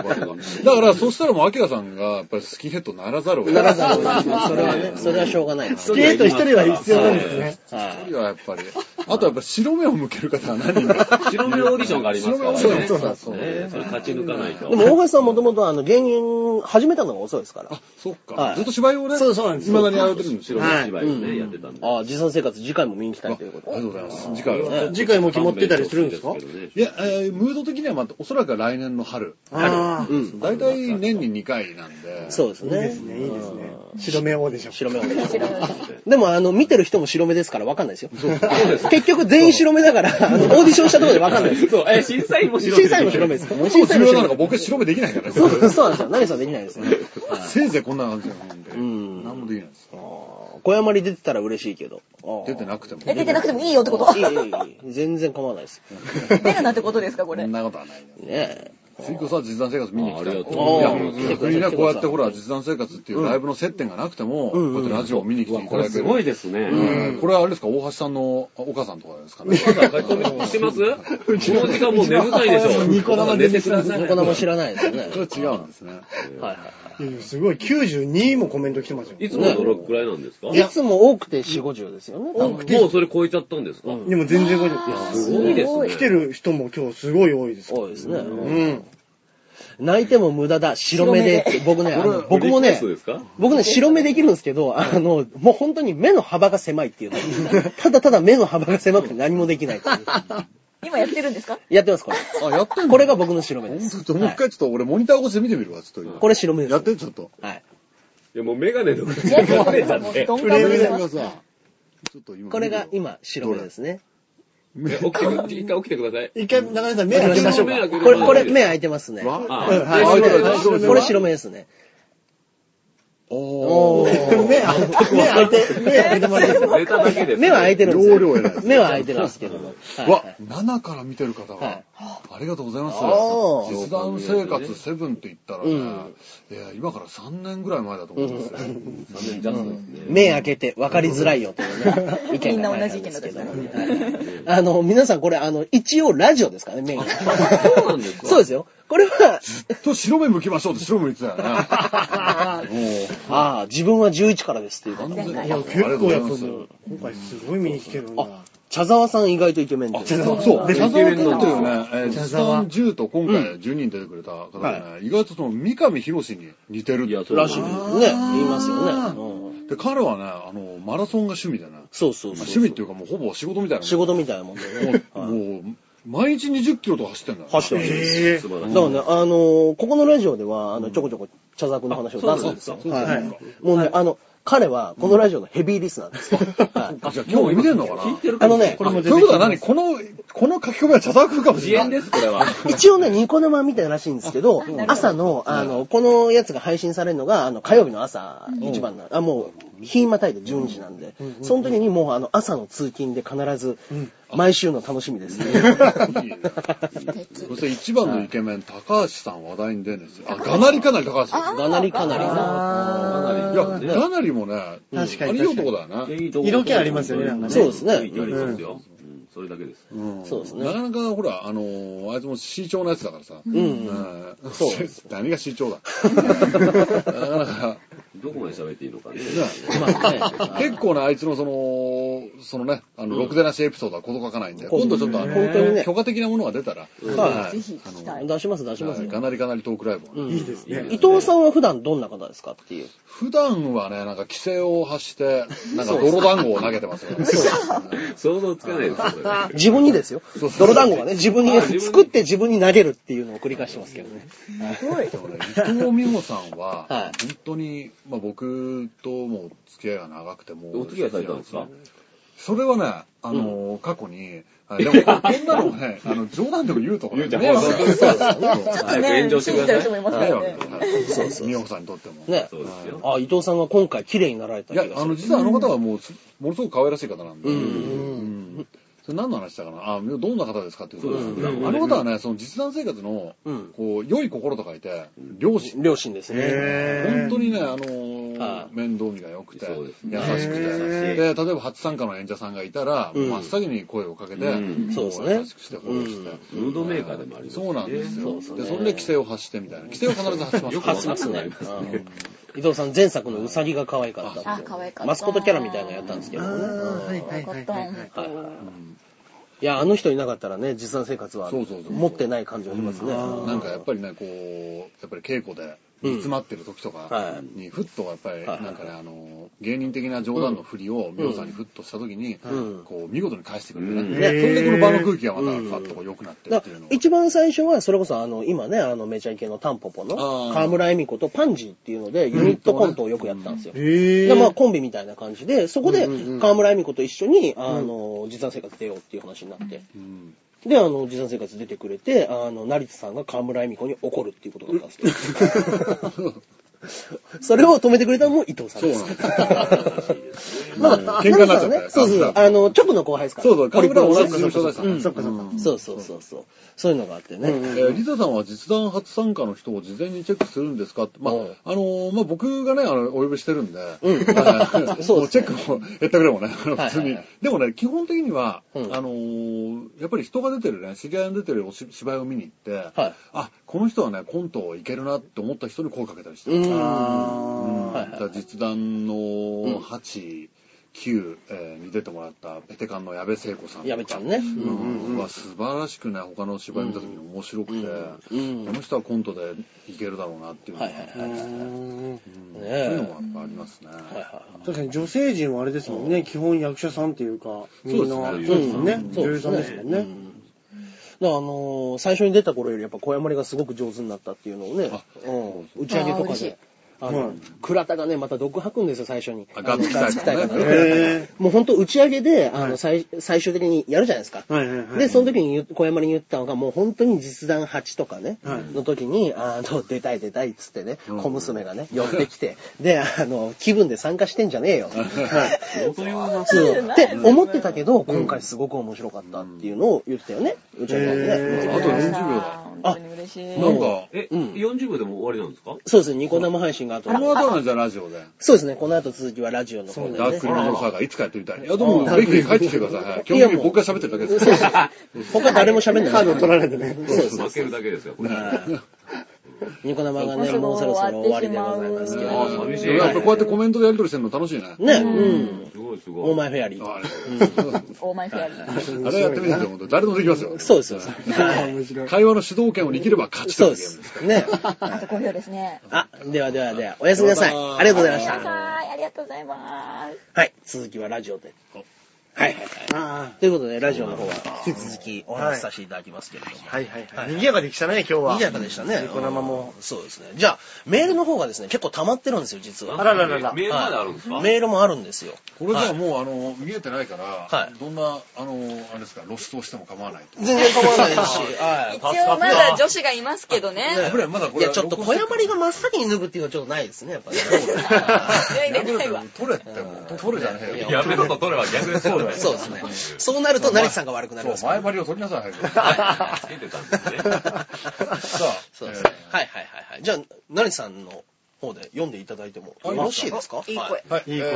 ら、そしたらもう、アキラさんが、やっぱりスキンヘッドにならざるを得なない。らざるを得ないまあそれはね、それはしょうがないです。スケート一人は必要なんですね。はい。はやっぱり。あと、やっぱ白目を向ける方は何人か。白目オーディションがありますからね。白目そうオーディションそうそうそうねそれ勝ち抜かないと。でも、大橋さんもともと、あの、芸人始めたのが遅いですから。そっはかい。ずっと芝居をね、そうそうなんです未だにやられてるんです白よ。目芝居をね、やってたんで。ああ、持参生活次回も見に来たああいりというがことで。とうございます。次回は。次回も決まってたりするんですかいや、えームード的にはまた、おそらくは来年の春。ああ、い大体年に2回なんで。そうですいね。ですね、いいですね。白目王でしょ。白目をね面白いでも、あの、見てる人も白目ですから分かんないですよ。結局全員白目だから、あのオーディションしたところで分かんないです。 そう、え、審査員も白目。審査員も白目です。もう重要なのが僕。僕白目できないからね。 そうそうなんですよ。何さんできないですね。せいぜいこんな感じなんで。ん何もできないです。あー小山に出てたら嬉しいけど。出てい。なくても。え出てなくてもいいよってこといいいいいい全然構わないです。出るなってことですかこそれんなことはないよ。ね次こそは実弾生活見に来たあありがとういやも、来てくださいう逆にね、こうやってほら、実弾生活っていうライブの接点がなくても、こうやってラジオを見に来ていたこだれけする。ごいですね。うんこれはあれですか、大橋さんのお母さんとかですかね。書き込みしてますこの時間もう眠たいでしょ。ニコ生寝てくださえ。い。ニコ生知らないですよね。それ違うんですね。はいいやいやすごい、92もコメント来てますよ。いつもどのくらいなんですかはい。いつも多くて4、50ですよね。多分もうそれ超えちゃったんですかでも全然50。すごいですね。来てる人も今日すごい多いです。多いですね。うん。泣いても無駄だ、白目でって。僕ね、あの僕もねそう、ですか僕ね、白目できるんですけど、あの、もう本当に目の幅が狭いっていうだけで。ただただ目の幅が狭くて何もできないっていう。今やってるんですかやってます、これ。あ、やってんのこれが僕の白目で本す。当もう一回ちょっと俺モニター越しで見てみるわ、ちょっと今。これ白目です。やって、ちょっと。はい。いや、もうメガネの口いやいやがい折れちゃやっもうて。どんフかレーぶムりがまさ、すちょっと今。これが。今、白目ですね。え起きてく、一回起きてください。一回、中根さん目開けましょうか。ここれ、これ、目開いてますね。わあうんはいああ開いてる大開いてる丈夫ですこれ白目ですね。おお。 目開いて、目開いて、目開いてますけどネタだ けです。目は開いてるんですよ容量偉いですね目は開いてるんですけども。はい わ、7から見てる方はがい、ありがとうございますお。ー実弾生活セブンって言ったらねうん、いや今から3年ぐらい前だと思うんですよ。完全にジャスですね。目開けて分かりづらいよというね、意見がみんな前同じん意見だったけんどですねはいあの、皆さんこれ、あの、一応ラジオですからね、目が。そうなんです かそうですよ。これは、と白目向きましょうって白目向いてたよ ね。ああ、自分は11からですっていうもう、か。完全に。あいりや、が結と構うござやいっまたす。んだ。今回すごい見に来てるな。茶沢さん意外とイケメンで。そう。で、茶沢って茶沢っていいううのはね、えー茶実沢弾10と今回10人出てくれた方でね、意外とその三上博史に似てるいや、そうらしいですね。言いますよね。うんで、彼はね、あの、マラソンが趣味でね、そうそうまあそう。趣味っていうかもうほぼ仕事みたいな。仕事みたいなもんでね。もう、もう毎日20キロとか走ってんだよね。走ってますよ。え素晴らだしい。からね、あのーここのラジオでは、あの、ちょこちょこ茶沢君の話を出すんですよ。え。はい。もうね、あの、彼は、このラジオのヘビーリスナーです。はいあじゃあ今日見てんのかな聞いてるあのねこれもということは何この、この書き込みは茶沢くんかもし自れ演ない。です、これは。一応ね、ニコ生みたいらしいんですけど、朝の、あの、このやつが配信されるのが、あの、火曜日の朝、一番な、あ、もう、日またいで12時なんで、その時にもう、あの、朝の通勤で必ず、毎週の楽しみですね。いいねそして一番のイケメン、高橋さん話題に出るんですよ。あ、がなりかなり高橋さん。かなりかなりな。いや、がなりもね、確かあにれいい男だよね。色気ありますよねなんかねそうですね色気ありますよ。うんそれだけです。そうですなね。かなかほら、あのーあいつも市長のやつだからさ。うんううん。んそう 何が市長だ。なかなか、どこまで喋っていいのかね。まあね 結構ね、あいつのその、そのね、あの、ろくでなしエピソードはこと書かないんうで、ん今度ちょっとあの、本当にね許可的なものが出たら、はぜひ聞きたい。出します、出しますはいよ。かなりかなりトークライブをね、うんいいですね。伊藤さんは普段どんな方ですかっていう。普段はね、なんか規制を発して、なんか泥団子を投げてますよね。想像つかないですよ、これ。自分にですよ。泥団 子がね、自分に、作って自分に投げるっていうのを繰り返してますけどね。伊藤美穂さんは、は本い当に、まあ僕とも付き合いが長くてもう、お付き合いされたんですかそれはね、あのー過去に、はいでもここんなのね、あの、冗談でも言うとこね、迷惑そうそうちょっと早くね炎、上して信じくてるださい人もいますか迷ら惑ね。そうそう。美穂さんにとっても。ね。そうですよ。あ、伊藤さんは今回綺麗になられたい気がやす、るあの、実はあの方はもう、すものすごく可愛らしい方なんで、うんうんそれ何の話したかなあ、どんな方ですかっていうことそうですあの方はね、その実弾生活の、うんこう、良い心と書いて、両親。両親ですね。本当にね、あのはいー面倒見が良くて、そう優でしすくねて。で、へ例えば初参加の演者さんがいたら、うん真っ先に声をかけて、うんこそうですね優しくしてフォローして。うんムードメーカーでもありますそうなんですよ。そうで、ですねそれで規制を発してみたいな。規制を必ず発します。よく発しますね。うん伊藤さん前作のウサギが可愛かったっあて、可愛かった。マスコットキャラみたいなのやったんですけあどーもね。はいはいよはかいった、はいは本いはい当。いや、あの人いなかったらね、実際生活はそうそうそう持ってない感じがありますね。 なんかやっぱりね、こう、やっぱり稽古で煮詰まってる時とかに、ふっとやっぱり、はいなんかね、あの、芸人的な冗談の振りを、美穂さんにふっとした時にうん、こう、見事に返してくれてうんね。ねそれでこの場の空気がまた、パッとこう良くなってるだっかてらいうのを。一番最初は、それこそあの、今ね、あの、めちゃイケのタンポポのあー河村恵美子とパンジーっていうので、ユニットコントをよくやったんですよ。ええ。で、まあ、コンビみたいな感じで、そこで、河村恵美子と一緒に、あの、実弾生活出ようっていう話になって。うんで、あの、実弾生活出てくれて、あの、成田さんが河村恵美子に怒るっていうことだったんですけど。 それを止めてくれたのも伊藤さんそうでなすん。ですまあ、喧嘩になっち成田さゃったよんはねそうそうそう。あの、直の後輩ですから。そうそう、ホカリリプブロラの同同じじ事事務務所所でですしかたらかそっかそっか。そうそうそうそう。そういうのがあってね。えーリサさんは実弾初参加の人を事前にチェックするんですかって、まあうん、あのーまあ、僕がね、あの、お呼びしてるんで、うんはいそうですねもうチェックも減ったくれもね、あのはいはいはい普通に。でもね、基本的には、うんあのーやっぱり人が出てるね、知り合いの出てるおし芝居を見に行って、はいあ、この人はね、コントいけるなって思った人に声かけたりしてる。ううんん。だはいから実弾の8、9、えーに出てもらったペテカンの矢部聖子さんとか。やめちゃんね。うんは素晴らしくね他の芝居見た時に面白くて、うんこの人はコントでいけるだろうなっていうのはがいはいはい。はいうんうんねそうえいうのもやっぱありますね、はい。確かに女性陣はあれですもんね。基本役者さんっていうか、みんな、そそううでですもんね。ん女優さんですもんうね。んだからあのー最初に出た頃よりやっぱ小山里がすごく上手になったっていうのをね、うん打ち上げとあーか嬉しいであの、倉田がね、また毒吐くんですよ、最初に。あガッツキあのガッ大ツキ大会会ののねね。へもう本当打ち上げで、あの、最最終的にやるじゃないですか。はいはいはい。で、その時に言う小山に言ったのが、もう本当に実弾8とかね、の時に、あの、出たい出たいっつってね、小娘がね、寄ってきて、で、あの、気分で参加してんじゃねえよ。元用なそう。って思ってたけど、今回すごく面白かったっていうのを言ってたよね、うちの子へね。あと40秒だ本当に嬉しい。なんか、え、うん40秒でも終わりなんですかそうですね、ニコ生配信があとこ。の後なんじゃんラジオで。そうですね、この後続きはラジオの方でダーねク。ルのサーがいつかやってみたい。いや、でも、ぜひ帰ってきてください。基い本や的もにう僕が喋ってるだけですから。他誰も喋んない。カード取られてね。そうです。負けるだけですよ、これ。あニコ生がもうね、すぐもうそろそろ終わりでござい終わっまてすしけまど。あ、寂しい。でもやっぱこうやってコメントでやり取りしてるの楽しいね。ね、うん。すごいすごい。オーマイフェアリーとか。あれオーマイフェアリー。あれやってみないと本当に誰でもできますよ。そうです、そうです。会話の主導権を握れば勝ちそといううでゲームです。す。ね。あと5票ですね。あ、ではではでは、おやすみなさい。ありがとうございましごめた。んなさいありがとうございます。はい、続きはラジオで。はいはいはい。ということで、ラジオの方は引き続きお話しさせていただきますけれども。はいはいはい。賑やかできたね、今日は。賑やかでしたね。ニコ生も。そうですね。じゃあ、メールの方がですね、結構溜まってるんですよ、実は。あららららメールまであるんですかはいメールもあるんですよ。これじゃあはいもう、あの、見えてないからは、いどんな、あの、あれですか、露出をしても構わないと。全然構わないし。 はい一応まだ女子がいますけどね。危ない、まだこいれ。や、ちょっと小山りが真っ先に脱ぐっていうのはちょっとないですね、やっぱね。脱いでないわ。取れってもう、取れじゃねえよ。やめろと取れば逆でそうだよ。そうですね。そうなると、成田さんが悪くなりそうま、すから前張りを取りな さい、早く。つけてたんですね。さあ、そうですね。はいはいはいはい。じゃあ、成さんの方で読んでいただいてもよろしいですかいいは声。はい。いい声え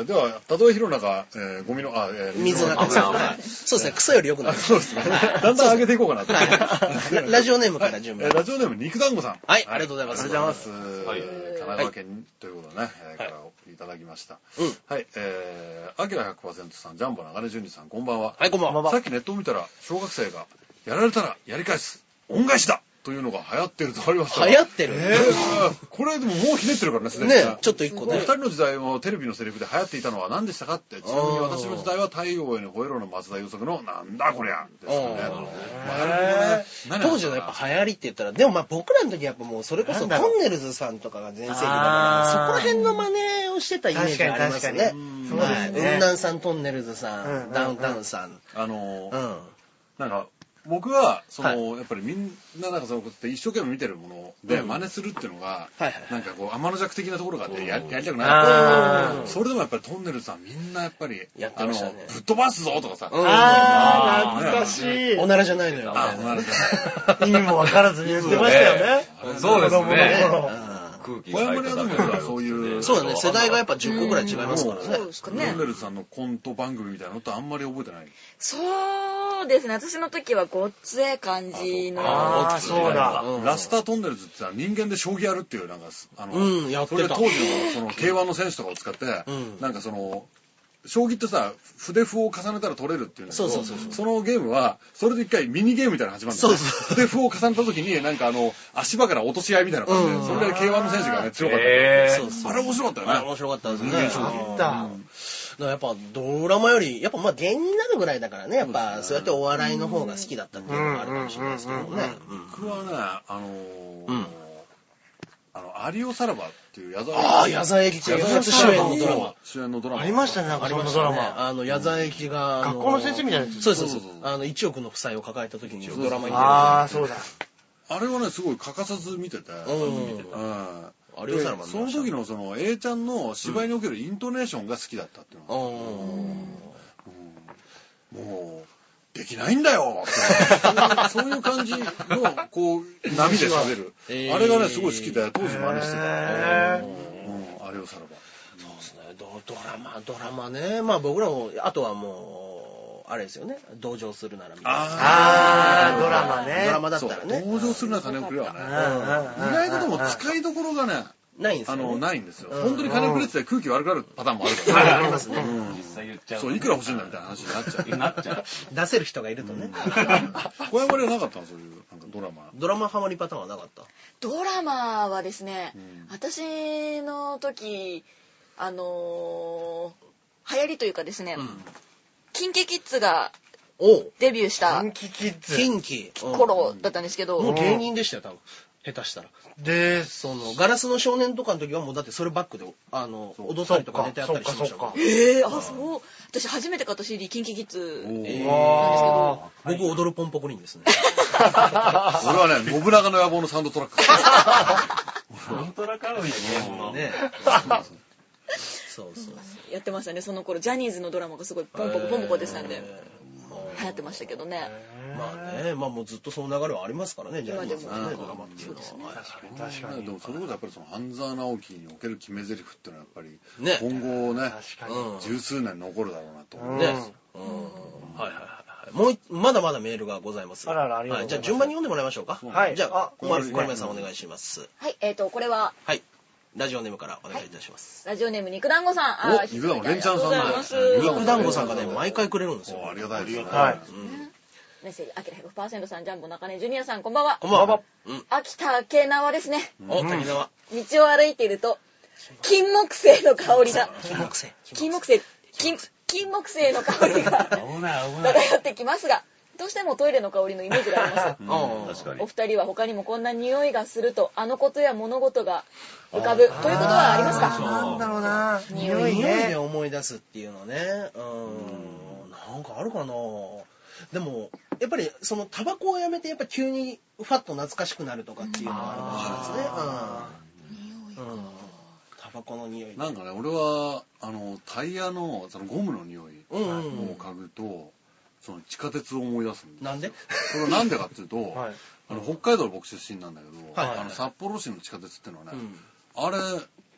ー、では、たとえ広中、えー、ゴミの、あ、えー、水の中さん。危ないはいそうですね、クソより良くなある。そうですね。だんだん上げていこうかなと。はいラ ラジオネームから順え番ー。ラジオネーム、肉団子さん。はい、ありがとうございます。ありがとうございます。はい神奈川県ということでね、えーからお送りいただきました。はい、えー、アキラ100%さん、ジャンボ流れ順二さん、こんばんは。はい、こんばんは。さっきネットを見たら、小学生が、やられたらやり返す、恩返しだというのが流行ってるとありましたが。流行ってるえーこれでももうひねってるからね、すでにねねちょっと一個お二ね。人の時代もテレビのセリフで流行っていたのは何でしたかってちなみに私の時代は太陽への吠えろの松田優作のなんだこりゃですよね。まあ当時のやっぱ流行りって言ったら、でもまあ僕らの時やっぱもうそれこそトンネルズさんとかが全盛期だから、そこら辺の真似をしてたイメージがありますね確か。そうではすい。ね雲南さん、トンネルズうんうんさ、うんんダウンタウンさん。あのうーん。なんか僕はその、はやっぱりみんななんかそのことって一生懸命見てるものでうん真似するっていうのが、はいはいはいなんかこう天の弱的なところがあってややりたくなあいそれでもやっぱりトンネルズさんみんなやっぱりやってまあのしたねぶっ飛ばすぞとかさ、あー、懐かしい。おならじゃないのよ。あ なるほど意味もわからずに言ってましたよね。そうですね。うん空気小山根はでもやっぱそういうそうだね、世代がやっぱ10個ぐらい違いますからねそう。ですかトねンネ。ルズさんのコント番組みたいなのってあんまり覚えてないそうですね。私の時はごっつええ感じの。ああ、そうだ。ラスタートンネルズってさ人間で将棋やるっていうなんかすあの、うんやってたそれで当時のその K1 の選手とかを使って、んなんかその将棋ってさ筆歩を重ねたら取れるっていうんだけどそうそうそうそうのゲームはそれで一回ミニゲームみたいなの始まるんだそようそ筆歩を重ねた時になんかあの足場から落とし合いみたいな感じで、それで K1 の選手がね強かった、えそうそうあれ面白かったあれよね面白かったですね。あった。だからやっぱドラマより、やっぱまあ芸人になるぐらいだからね、やっぱそうやってお笑いの方が好きだったっていうのがあるかもしれないですけどね。僕はねあのーんあのアリオサラバっていう矢沢ああ、矢沢永吉、初主演のドラマ。主演のドラマありましたね、なんかそのドラねマ。あの、矢沢永吉が、あ学校の先生みたいなやつそうですそうそうでそうす。あの、一億の負債を抱えた時にドラマに出る。ああ、そうだ。あれはねすごい欠かさず見てて、うん。ああれをさらばその時のその A ちゃんの芝居におけるイントネーションが好きだったっていうのは、もうできないん だよってそういう感じのこう波で喋る、えーあれがねすごい好きで当時真似してた、へーうん、あれをさらばそうですね。ドドラマ、ドラマね。まあ僕らも、あとはもう、あれですよね。同情するならみたいな。ああ、ドラマね。ドラマだったそうらね。登場するな金をくれはねうんうんうん意外とでも使いどころがねないんですあよ、ね。のないんですよ本当に金くれって言って空気悪くなるパターンもあるかはいらありますね。実際言っちゃう。そういくら欲しいんだみたいな話になっちゃうなっちゃう。出せる人がいるとね。小山ではなかったのそういうなんかドラマ ドラマハマりパターンはなかった。ドラマはですね、私の時あのー流行りというかですね、キンキキッズがおう。デビューしたキンキキッズ。近畿。うん頃だったんですけど、もう芸人でしたよ、多分。下手したら。で、その、ガラスの少年とかの時はもうだってそれバックで、あの、踊ったりとか寝てあったりしましたそっからかそっかそっかええあ、そう。私初めて買った CD、キンキキッズなんですけえあど、ー僕踊るポンポコリンですね。俺はね、信長の野望のサウンドトラック。本当だからね、もう。ね。そうそうそう。やってましたね、その頃。ジャニーズのドラマがすごいポンポコポンポコでしたんで、流行ってましたけどね。まあね、まあもうずっとその流れはありますからね、ジャニーズの今ねでもドラマっていうのは。確かにでもそれこそやっぱりその半沢直樹における決め台詞っていうのはやっぱりね今後ね確かにうん十数年残るだろうなと思うね。うん。はいはいはいはい。もうい、まだまだメールがございます。あらあらありがとはうごい、じざいゃあます順番に読んでもらいましょうか。はいじゃああ、小いいですね林さんお願いします。はい、えっ、と、これは、はい。ラジオネームからお願いいたします。ラジオネーム肉団子さん。あーお肉団子レンチャンさんだありがとうございます。はい肉団子さんがね、毎回くれるんですよ。おありがたいですねはいメッセージ、あきら100%さん、ジャンボ中根ジュニアさん、こんばんはこ。んばんは。秋田明縄ですね。うん。お、滝沢。道を歩いていると、金木犀の香りが、金木犀。金木犀、金、金木犀の香りが漂ってきますが、どうしてもトイレの香りのイメージがあります。あ確かにお。二人は他にもこんな匂いがすると、あのことや物事が浮かぶ、ということはありますあーかなんだろうなあ。匂い匂いでね。思い出すっていうのね。うん。なんかあるかなでも、やっぱり、その、タバコをやめて、やっぱ急に、ファッと懐かしくなるとかっていうのがあるかもしれないですね。うん。うんタバコの匂い。なんかね俺はあのタイヤのそのゴムの匂いうんうんうんを嗅ぐとその地下鉄を思い出すんですなんでこれはなんでかっ ていうと、はいあの北海道の僕出身なんだけど、はいはいはいあの札幌市の地下鉄っていうのはね、うんあれ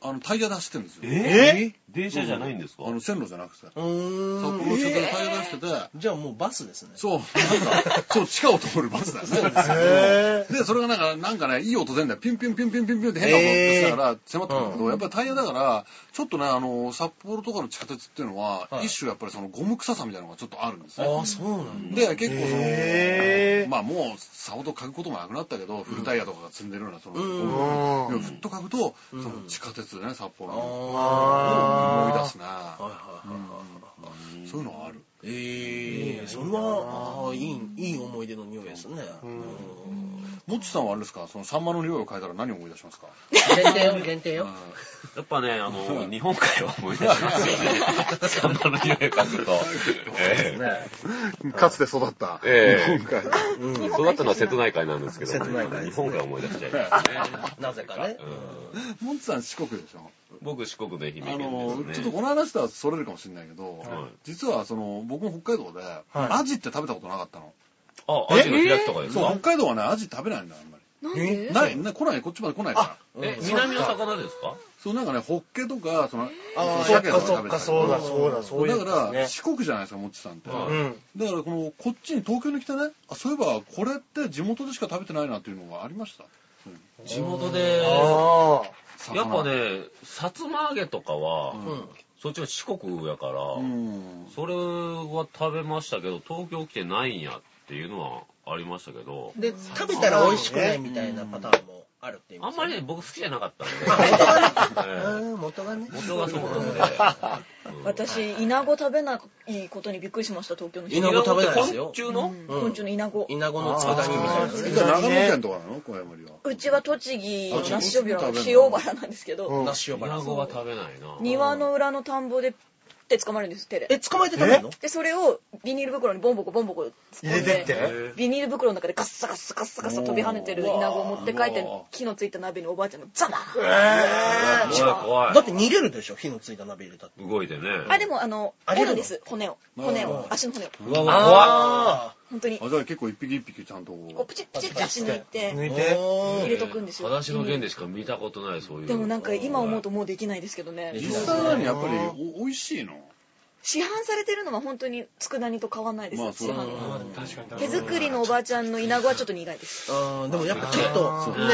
あのタイヤ出してるんですよえ電車じゃないんですかあの線路じゃなくて札う幌ーん。の地下鉄でタイヤ出してて、じゃあもうバスですね。そう、なんか、そう、地下を通るバスだよね。で、それがなんか、なんかね、いい音出んだよ。ピュンピュンピュンピュンピュンピュンって変な音がしてたから、迫ってくるんだけど、やっぱりタイヤだから、ちょっとね、あの、札幌とかの地下鉄っていうのは、はい一種やっぱりそのゴム臭さみたいなのがちょっとあるんですね。ああ、そうなんだ。で、結構その、へーまあもう、さほど嗅ぐこともなくなったけど、フルタイヤとかが積んでるような、その、ゴうんムうん。でもふっと嗅ぐと、その地下鉄でね、札幌の。あ思い出すあ。はいなはいはいはいはい。そういうのはある。ええそれは、ああ、いい、いい思い出の匂いですね。うんもっちさんはあれですかそのサンマの匂いを嗅いだら何を思い出しますか限定よ、限定よ。やっぱね、あの、日本海を思い出しますよね。サンマの匂いを嗅ぐと。ええかつて育った。ええ今回。育ったのは瀬戸内海なんですけど、瀬戸内海日本海を思い出しちゃいますね。なぜかね。うんモンツさん四国でしょ僕、四国の愛媛あの県でちすょっとね。この話とはそれるかもしれないけど、はい実はその僕も北海道で、アジって食べたことなかったの、あ、アジの開きとかですそうか北海道はねアジ食べないんだよあんまなりんでないな来ないこっちまで来ないからえ、南の魚ですかそうなんかねホッケとかそのあーそそっの鮭かとかそっ食べてか、たそうだそうだ、そういうだことかでらす四国じゃないですかもっちさんって、はね。うん。だからこのこっちに東京に来てねあそういえばこれって地元でしか食べてないなっていうのがありました地元で、ああ。魚やっぱね、さつま揚げとかは、んそっちは四国やから、うんそれは食べましたけど、東京来てないんやっていうのはありましたけど、で、食べたら美味しくないみたいなパターンもあるって言いあまんすまよりね。ね、僕好きじゃなかったんあで、ええー元がね。元がそうなので、私、イナゴ食べないことにびっくりしました、東京の人。イナゴ食べないです昆よ。虫のうん昆虫のイナゴ。イナゴの佃煮みたいなえね。じゃあ長野県とかなの小山里はうちは栃木の那須塩原あの栃木塩原なんですけど、なしイよばナら。ゴは食べないな。庭の裏の田んぼでって捕まるんです、手で。え、捕まえて食べるので、それをビニール袋にボンボコボンボコ突っ込んで入れてってえビニール袋の中でガッサガッサガッサガッサ飛び跳ねてるイナゴを持って帰ってうわ、火のついた鍋におばあちゃんがザバーンえ怖い怖だって逃げるでしょ、火のついた鍋入れたって。い。動いてね。あ、でもあの、あげ折るのるんです、骨を。骨を。足の骨を。うわうわあ本当に。あじゃあ結構一匹一匹ちゃんとこう、プチップチッて足抜いて、抜いーて。お入ーれとくんですよ。怖い。私の弦でしか見たことない、そういう。でもなんか今思うともうできないですけどね。実際なのにやっぱりお美味しいの市販されてるのは本当に佃煮と変わんないです、まあ市そうだ販ねの。確かに確か手作りのおばあちゃんのイナゴはちょっと苦いです。うんでもやっぱちょっと、そうね、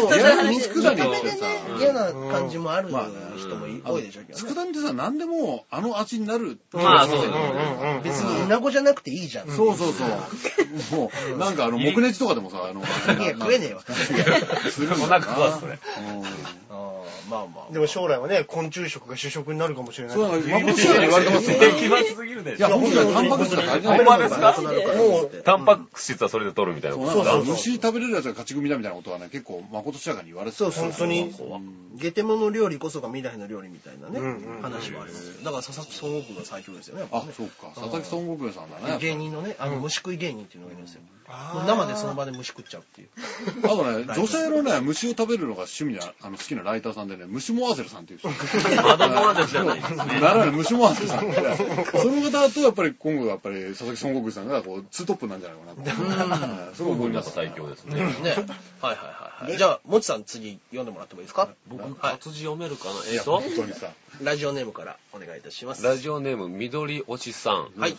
もう、いや見見つくだたり目っでてねさ、嫌な感じもあるまあ人も多いでしょうけどね。佃煮ってさ何でもあの味になるまあ、そうだうんよね。うんうん。別にイナゴじゃなくていいじゃん。そうそうそうもうなんかあの木ネジとかでもさあのいや、食えねえわ。するもんお腹壊す、それ。うんあーまあまあ。でも将来はね、昆虫食が主食になるかもしれない。そうなんか幻いのように言われてますよ。や奇抜すぎるでいしょや、。本当にタンパク質が大事なんだほんまですかもう、タンパク質はそれで取るみたいなそうこなんとかだ。虫食べれるやつが勝ち組だみたいなことはね、結構、まことしやかに言われてたそうそうそう本ゲテモノ料理こそが未来の料理みたいなね、うんうん話はありますよだから佐々木孫悟空が最強ですよねやっ当ぱに。あ、そうか。佐々木孫悟空さんだね。芸人のねあの虫食い芸人っていうのがいるんですよ、あー生でその場で虫食っちゃうっていうあとね、女性のね、虫を食べるのが趣味な、あの、好きなライターさんでね、虫モアゼルさんっていう人。アダモアゼルじゃないですねならない、虫モアゼルさんってね。その方と、やっぱり今後、やっぱり佐々木孫悟空さんが、こう、ツートップなんじゃないかなと。うんすごい思い皆まさんす。最強ですね。ねはいはいはいはいじゃあもちさん次読んでもらってもいいですか僕、はい活字読めるかなえいっや、と本、当にさ。ラジオネームからお願いいたしますラジオネーム、緑おしさん。はい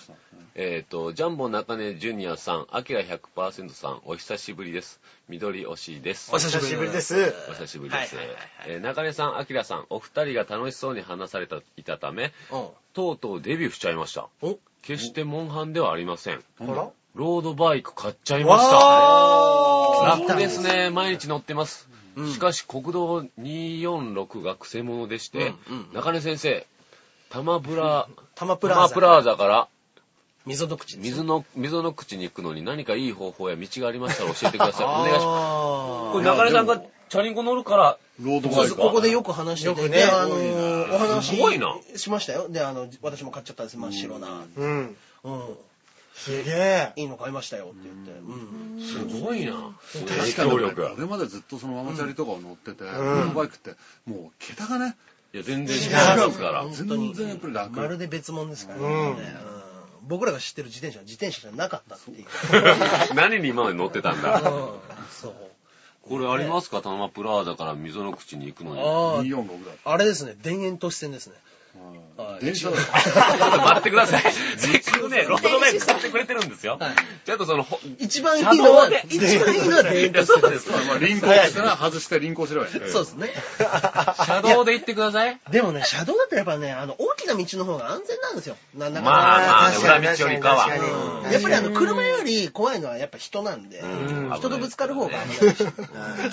えっ、と、ジャンボ中根ジュニアさん、アキラ100%さん、お久しぶりです。緑おしです。お久しぶりですお久しぶりです。はいはいはいはいえー中根さん、アキラさん、お二人が楽しそうに話されていたため、うんとうとうデビューしちゃいました。お決してモンハンではありません。あらロードバイク買っちゃいました。楽ですね。毎日乗ってます。んしかし国道246がくせ者でして、うんうん中根先生、玉ブラ、タマプ玉ラーザプラーザから溝の口水の、溝の口に行くのに何かいい方法や道がありましたら教えてください。お願いしあます。ーこれ中根さんがチャリンコ乗るから、ロードそバうイそうクここは。でよく話してて、よくねであのーお話すごいなしましたよ。で、あの、私も買っちゃったんです、真っ白な。うん。うん。すげえ。いいの買いましたよって言って。うん。すごいな。影確かに響俺力が。俺までずっとそのママチャリとかを乗ってて、ロんードバイクって、もう、桁がね、いや、全然違い違まうすかから ら。全然やっぱり楽。まるで別物ですからね。うんうん僕らが知ってる自転車は自転車じゃなかったっていう。何に今まで乗ってたんだ。うんそう。これありますかタマプラーザから溝の口に行くのに。あ246だっあ、あれですね、田園都市線ですね。はた。い電車だよ。ちょっと待ってください。 せっかくね、ロードバイク買ってくれてるんですよ。ちょっとその、ほ一番いいのは、車道で一番いいのは田園都市線です。まあ輪行したら外して輪行すればいいね。そうですね。車道で行ってください。でもね、車道だったらやっぱね、あの、大きな道の方が安全なんですよ。なんだかんだまあまあ、確か裏に道よりかは。確かに確かうんにやっぱりあの、車より怖いのはやっぱ人なんで、うん人とぶつかる方が危ないし。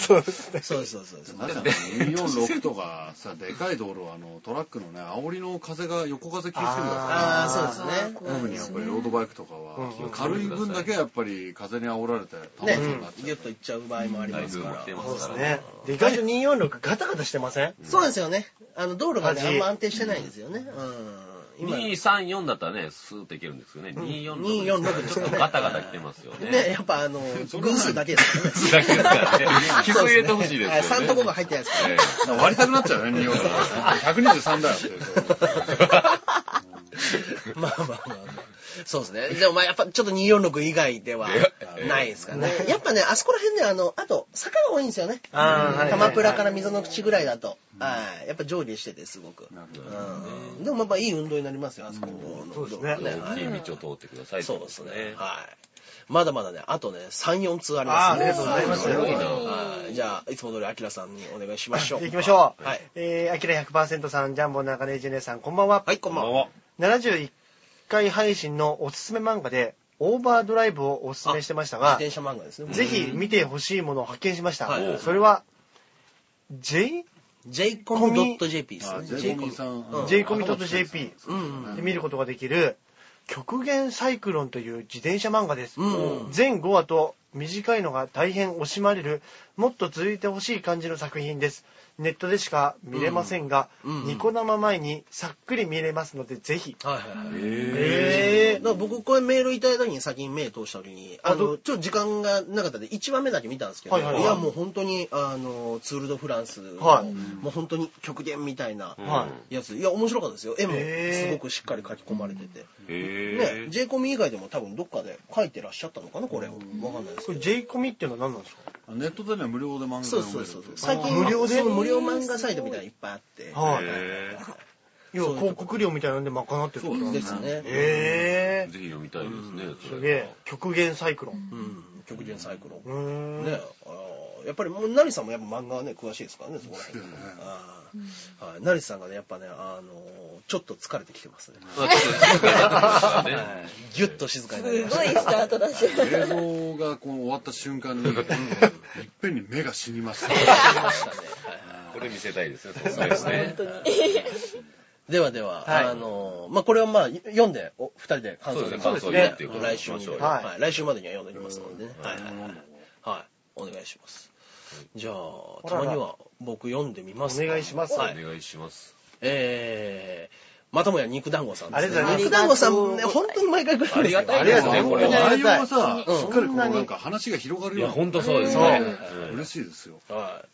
そうですね。そうです、そうです。なんか246とかさ、でかい道路はあのトラックのね、煽りの風が横風気をつけてくださああ、そうですね。い。特にやっぱりロードバイクとかは、軽い分だけやっぱり風に煽られて倒ねれそうになっ、ちギゃュうッ。といっちゃう場合もあり台ます風かもら来て。まそうですすからねね。。で、意外と246ガタガタしてませんそうなんですよね。あの、道路がね、味あんま安定してないんですよね。うん。今、ね、 234だったらね、スーッといけるんですよね。246 246ちょっとガタガタ来てますよね。やっぱあの、偶数だけですだけですからねからね。気を入れてほしいですよ3ね。とこが入ってないですからえね。え割りたくなっちゃうね、246。123だよ って。まあまあまあまあ。そうですね。でもまあやっぱちょっと246以外ではないですからね。やっぱね、あそこら辺ね、あの、あと、坂が多いんですよね。ああ、はい。玉プラから溝の口ぐらいだと、はい、やっぱ上下しててすごく。うんでもまあまあいい運動になりますよ、あそこの。そうですね大きい道を通ってください。 そうですね。はい。まだまだね、あとね、3、4通あります、ね。あーありがとうございますごいなはい。じゃあ、いつも通りアキラさんにお願いしましょう。行きましょう。はい。えー、アキラ100%さん、ジャンボ中根ジェネさん、こんばんは。はい、こんばんは。 71回配信のおすすめ漫画で、オーバードライブをおすすめしてましたが自、転車漫画ですね。ぜひ見てほしいものを発見しました。はいそれは、J? jcom.jp ですね。ジェイコミさん。うん J コミット .jp うんで見ることができる、極限サイクロンという自転車漫画です。うん全5話と短いのが大変惜しまれる、もっと続いてほしい感じの作品です。ネットでしか見れませんが、うんうんニコ生前にさっくり見れますので、ぜひ。はいはいはい。えだから僕、これメールいただいた時に先に目通した時に、ああどの、ちょっと時間がなかったんで、1話目だけ見たんですけど、はいいはいはいや、もう本当に、あの、ツール・ド・フランスの、はいもう本当に極限みたいなはやつ、いや、面白かったですよ。絵もへーすごくしっかり書き込まれてて。へね、J コミ以外でも多分どっかで書いてらっしゃったのかな、これ。わかんないですこけれど。 J コミっていうのは何なんですかネットでね、無料で漫画がそう読めそるうっていそうそう。う。最近、無料でその無料漫画サイトみたいなのいっぱいあって。はいえ。要は広告料みたいなんで賄ってるってことなんでですすね。へぜひ読みたいですね。ーそすげれえ。極限サイクロン。うん。極限サイクロン。うーんね、あーやっぱりもう成さんもやっぱ漫画はね詳しいですからねそこら辺あーはい成さんがねやっぱねあのーちょっと疲れてきてますねまあちょっと静かになってますからギュッと静かになりましたすごねいスタートだし。映像がこの終わった瞬間に、いっぺんに目が死にました。ましたねはいはいこれ見せたいですね。そうですね。ではでは、はいあのーまあ、これをまあ、読んで、お、二人で感想そうですね感感想想をを言言ううっってていいううこことでと来週まででには、はいはい。来週までには読んでおきますのでね。はいはいはい。はい。お願いします。じゃあ、たまには僕読んでみますかお願いしますはおい。願いします。えー、またもや肉団子さんです、ありがとうございます肉団子さんね、本当に毎回来るんですよ。ありがたいですねこれは内容がさ、うんしっかりこうなんか話が広がるいよや、うな。ほんとそうですそうね。嬉しいですよ。はい。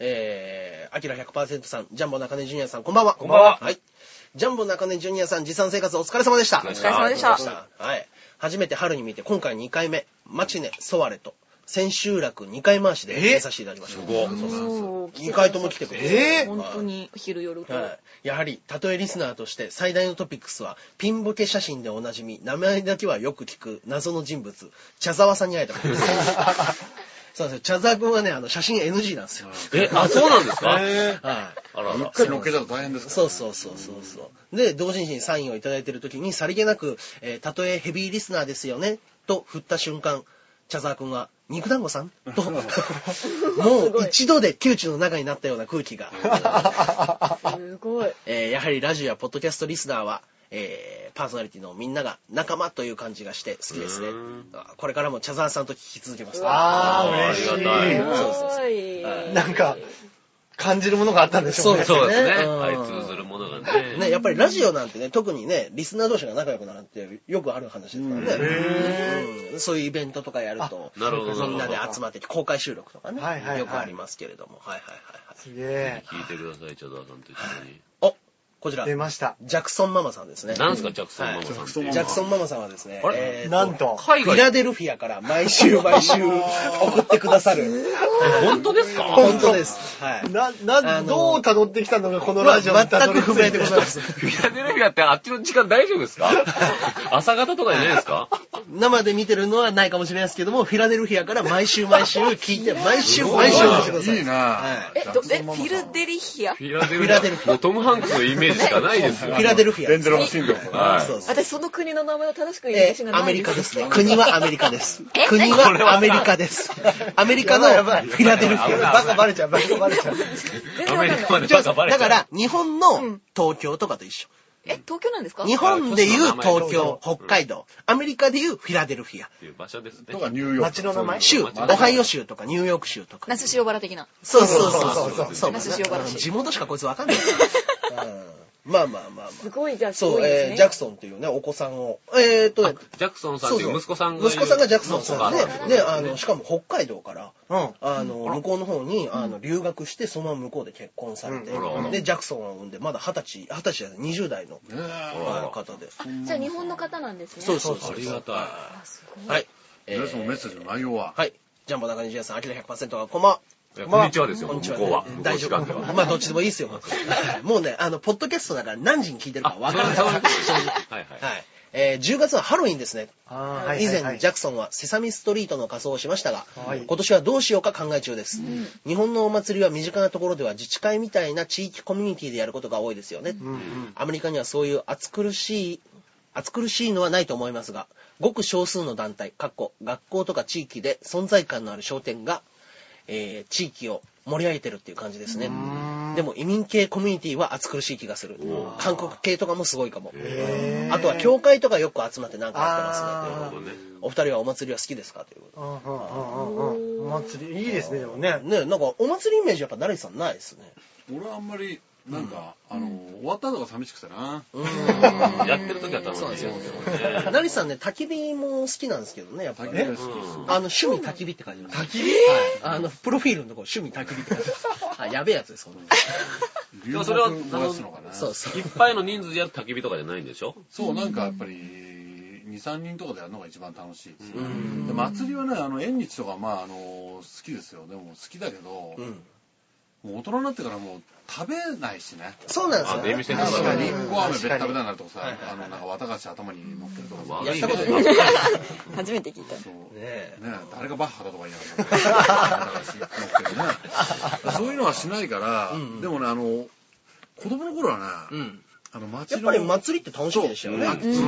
えー、アキラ100%さん、ジャンボ中根ジュニアさん、こんばんは。。こんばんはいジャンボ中根ジュニアさん、持参生活お疲れ様でした。お疲れ様でしたはい。初めて春に見て、今回2回目、マチネ、ソワレと、千秋楽2回回しで見させていただきました。ごい2回とも来てくれて。えー本当に昼夜と、はい、やはり、たとえリスナーとして最大のトピックスは、ピンボケ写真でおなじみ、名前だけはよく聞く謎の人物、茶沢さんに会えたこと です。そうなんですよ。茶沢くんはね、あの、写真 NG なんですよ。え、あ、そうなんですかはい。あらあうっら。かり乗っけちゃうと大変ですから。そうそうそうそうそう。で、同人誌にサインをいただいてる時に、さりげなく、えーたとえヘビーリスナーですよね、と振った瞬間、茶沢くんは、肉団子さんと、もう一度で窮地の中になったような空気が。すごいえーやはりラジオやポッドキャストリスナーは、えーパーソナリティのみんなが仲間という感じがして好きですねうーん。あこれからも茶沢さんと聞き続けます。あー、嬉しありがたいい。そうそうすごいなんか、感じるものがあったんでしょうね。そうですね。うんはい、通ずるものがね。ね、やっぱりラジオなんてね、特にね、リスナー同士が仲良くなるってよくある話ですからね。うんそういうイベントとかやると、なるほど、みんななるでほ集まって公開収録とかね、はいはいはいよくありますけれども。はいはいはいはい。すげえど。。聞いてください、茶沢さんと一緒に。お、こちら、出ジました。ャクソンママさんですね。何ですか、ジャクソンママさんって。ジャクソンママさんはですね、あれえーとなんと、海フ外ィラデルフィアから毎週毎 週送ってくださる。本当ですか本当です。はい。な、な、あのどう辿ってきたのがこのラジオ全く不明でございます。フィラデルフィアってあっちの時間大丈夫ですか朝方とかじゃないですか生で見てるのはないかもしれないですけども、フィラデルフィアから毎週毎週聞いて、毎週毎週送ってください。いいなはえどえフィルデリヒアフィラデフィラデルフィアもうトム・ハンクスのイメージしかないですい。よフィ。ラデルフィア。デンゼルのシンドロはいそうそう。私その国の名前を正しく言ええてしまーアメリカですね。国はアメリカ ですえ。国はアメリカです。アメリカのフィラデルフィア。バカバレちゃう、バカバレちゃう。全ア然わかメリんカないまでじゃあバだカバレちゃかうら、日本のん東京とかと一緒。え東京なんですか日本でいう東京、あ都市の名前北海道、アメリカでいうフィラデルフィア。っていう場所ですね。とかニューヨーク。街の名前州、オハイオ州とかニューヨーク州とか。那須塩原的なそうそうそう。そうそううそう那須塩原市地元しかこいつわかん ない。うんまあまあまあすまあ。ごいじゃあすそごう、いですえねー、ジャクソンというね、お子さんを。えーっとね、ジャクソンさんそっうていそうう息子さんがいる。息子さんがジャクソンさんので子が、で、あの、しかも北海道から、うん。あの、向こうの方に、あの、留学して、そのまま向こうで結婚されてうんあらあ、らで、ジャクソンを産んで、まだ二十歳、二十歳じゃない、20代のねえはい方で。あじゃあ日本の方なんですねそうそうそう。ありがたいはあすい。ごいはい。え皆さんのメッーセージの内容は。はい。ジャンボ中西屋さん、アキラ100%はこんばんは。いやこんにちはですよ、こん向にちはこうは。大丈向こう時間で夫。はまあ、どっちでもいいですよ。 もうね、あの、ポッドキャストだから何時に聞いてるかわからない。そうはいういことですねはいはい。えー10月はハロウィンですね。あ以前、ジャククソンはセサミストリートの仮装をしましたが、はい今年はどうしようか考え中です、日本のお祭りは身近なところでは自治会みたいな地域コミュニティでやることが多いですよね。アメリカにはそういう暑苦しい、暑苦しいのはないと思いますが、ごく少数の団体、かっこ学校とか地域で存在感のある商店が、えー地域を盛り上げてるっていう感じですね。でも移民系コミュニティは暑苦しい気がする。韓国系とかもすごいかも。あとは教会とかよく集まってなんかやってますね。なるほどね。お二人はお祭りは好きですかということうんうんうんうんうん。お祭り、いいですね、でもね。で。ねなんかお祭りイメージやっぱ成さんないですね。俺はあんまり、なんか、あの、終わったのが寂しくてな。やってる時は楽しいですよね。成さんね、焚き火も好きなんですけどね、やっぱり竹ねが。好きです。あの、趣味焚き火って書いてます。焚き火あの、プロフィールのところ、趣味焚き火って書いてます。あ、やべえやつです、この。留も学それは燃やすのかな。そうそうい。っぱいの人数でやる焚き火とかじゃないんでしょそう、なんかやっぱり、2、3人とかでやるのが一番楽しいですね。で祭りはね、あの、縁日とか、まあ、あの、好きですよ。でも、好きだけど、もうん。う大人になってからもう、食べないしね。そうなんですあ、よ出ね。店と確かかに、ね。リンゴ飴べったべたになるとかはさいはい、あの、なんか綿菓子頭に乗ってるとかさ。悪やっいたねこと初めて聞いたそうねねえ誰がバッハだとか言いな がらなんか知ってるねそういうのはしないから、うんうんでもねあの子供の頃はね、うん。あの街やのっぱり祭りって楽しみでしたよあね。う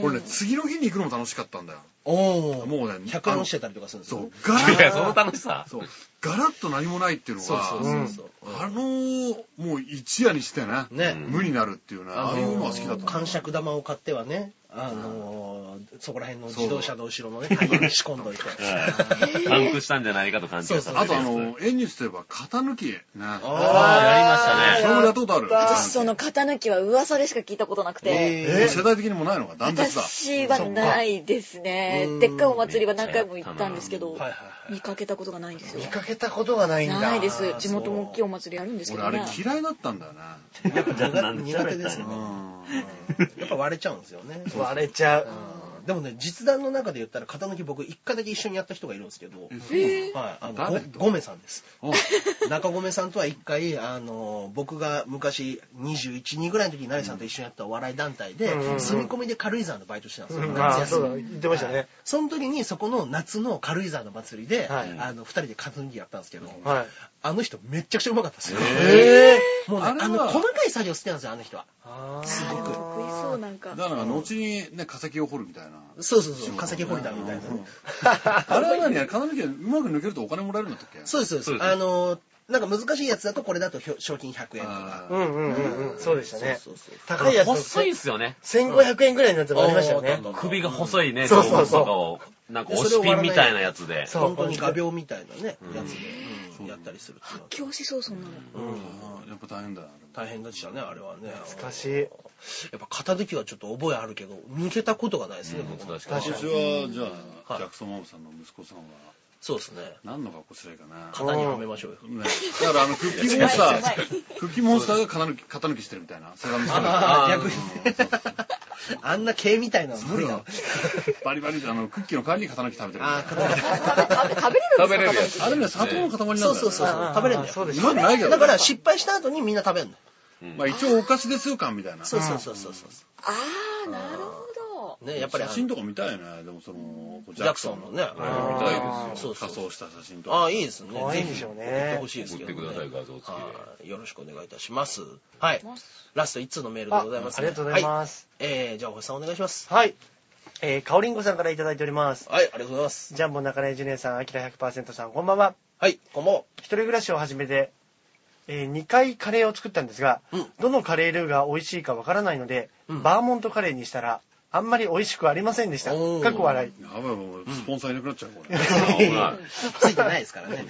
ん俺ね次の日に行くのも楽しかったんだよおお。もうね 100円してたりとかするんですそよう。ガいや、ラその楽しさ。そうガラッと何もないっていうのそうが、そうそうそう。あのーもう一夜にしてね、ね。無になるっていうね、ああいうのは好きだった。感触玉を買ってはね、あのー、そこら辺の自動車の後ろのね、タイヤに仕込んどいて。パンクしたんじゃないかと感じがそうそうあとあの、演術といえば、型抜きね。そああ、やりましたれね。もやったことある。私その型抜きは噂でしか聞いたことなくて、もう世代的にもないのが断絶だ。私はないですねうんでっかいお祭りは何回も行ったんですけど、はいはい見かけたことがないんですよ見かけたことがないんだ。ないです地元も大きいお祭りあるんですけ俺どあれね嫌いだったんだよね。じゃあは。ないんで苦手ですうね。ん。やっぱ割れちゃうんですよね。割れちゃう。でもね、実弾の中で言ったら、型抜き僕、一回だけ一緒にやった人がいるんですけど、えはい、あの誰、ごごめさんです。お中込さんとは一回、あの、僕が昔21、2ぐらいの時に成さんと一緒にやったお笑い団体で、うんうんうん住み込みで軽井沢のバイトしてたんですよ。うん夏ああ、休そみうだ、言ってましたね。その時にそこの夏の軽井沢の祭りで、はいあの2人で肩抜きやったんですけど、はい。あの人めっちゃくちゃうまかったですよ。えもうね、ああれはの細かい作業好きなんですよ、あの人は。ぇすごく得意そうなんだかからなんか後にね、化石を掘るみたいな。そうそうそう、化石掘りだみたいな。あれは何や、型抜きはうまく抜けるとお金もらえるんだったっけそうです、そうそうで。ですすあの、なんか難しいやつだとこれだとひょ賞金100円とか。あうーんうんうんうん。そうでしたね。そうそうそう高いやつ細いんすよね。 1500円ぐらいのやつもありましたよね。首が細いね、そうそう道そう具とかを、なんか押しピンみたいなやつで。そう本当に画鋲みたいなね、やつで、うんやったりするっていうのは教師そうそんなのうんやっぱ大変だよ。あ大れ変でしたね、あれはね。難しい。やっぱ片時はちょっと覚えあるけど、抜けたことがないですね、僕も確かに。私は、じゃあ、はいジャクソンマムさんの息子さんは、そうですね。何の格好すればいいかな。型にはめましょうよ。ね、だからあのクッキーモンスター、クッキーモンスターが肩抜き肩抜きしてるみたいな、セガミしてるああ、逆にね。あんな毛みたいなの無理だわ。バリバリであのクッキーの代わりに肩抜き食べてるみたあいなあ、型に食べ食べれるんですか食べれるやつあれね、砂糖の塊なんだよ、ね。そうそうそうそう。食べれるんだそうよ。でうしまたくないけどね。だから失敗した後にみんな食べるの。まあ一応お菓子ですよ感みたいな。そうそうそうそうそう。ああなるほどね、やっぱりあ写の真とか見たいね。でもその、ジャクソンのね。見たいですそよ。うそ仮うそう。装した写真とか。ああ、いいですね。可愛いぜでひしょうね送ってほしいです送けっど、ね。てください、画像付きで。はいよろしくお願いいたします。はい。ラスト1通のメールでございます、ありがとうございはます。い、えー、じゃあ、星さんお願いします。はい。えー、かおりんごさんからいただいております。はい、ありがとうございます。ジャンボ中根ジュニアさん、アキラ100%さん、こんばんは。はい、こんばんは。一人暮らしを始めて、え2回カレーを作ったんですが、うんどのカレールーが美味しいかわからないので、うんバーモントカレーにしたら、あんまり美味しくありませんでした。おーかっこ笑い。やばい、もうスポンサーいなくなっちゃう、これ。あついてないですからね。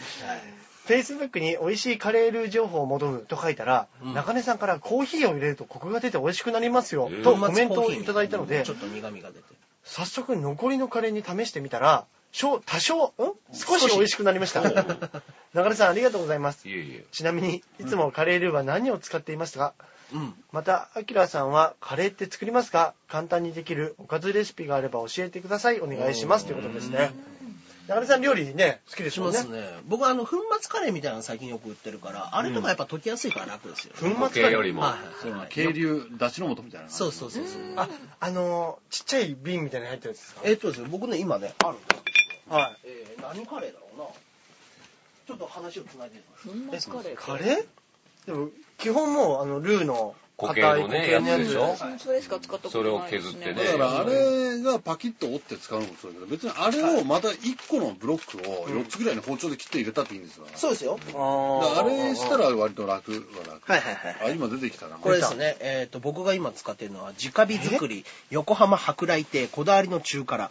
Facebook に美味しいカレールー情報を求むと書いたら、うん中根さんからコーヒーを入れるとコクが出て美味しくなりますよ、えーとコメントをいただいたのでちょ、っと苦味が出て。早速残りのカレーに試してみたら、少多少、ん少し美味しくなりました。中根さんありがとうございますい。えいえ。ちなみに、いつもカレールーは何を使っていますかうん。また、アキラさんはカレーって作りますか簡単にできるおかずレシピがあれば教えてください。お願いします。ということですね。中根さん料理ね、好きでししょまねす。ね。僕はあの、粉末カレーみたいなの最近よく売ってるから、あれとかやっぱ溶きやすいから楽ですよ。粉模型末カレよー。りも。はいそうはいなはのい。渓流、だしの素みたいな。そうそうそうそう。あ、あのーちっちゃい瓶みたいなのに入ってるやつですかえっとですね、僕ね、今ね、あるんだ。はい。えー、何カレーだろうな。ちょっと話をつないでみます。粉末カレーカレーでも、基本もう、あの、ルーの固硬形いの固ね形のややつつでしでしょょそれしか使ったことないですそれを削ってねだからあれがパキッと折って使うのもそうだけど、別にあれをまた1個のブロックを4つぐらいの包丁で切って入れたっていいんですわ。そうですよ。だからああれしたら割と楽は楽。はいはいはいあ、今出てきたな。これですね、えっ、と、僕が今使ってるのは、直火作り、横浜舶来亭、こだわりの中辛。は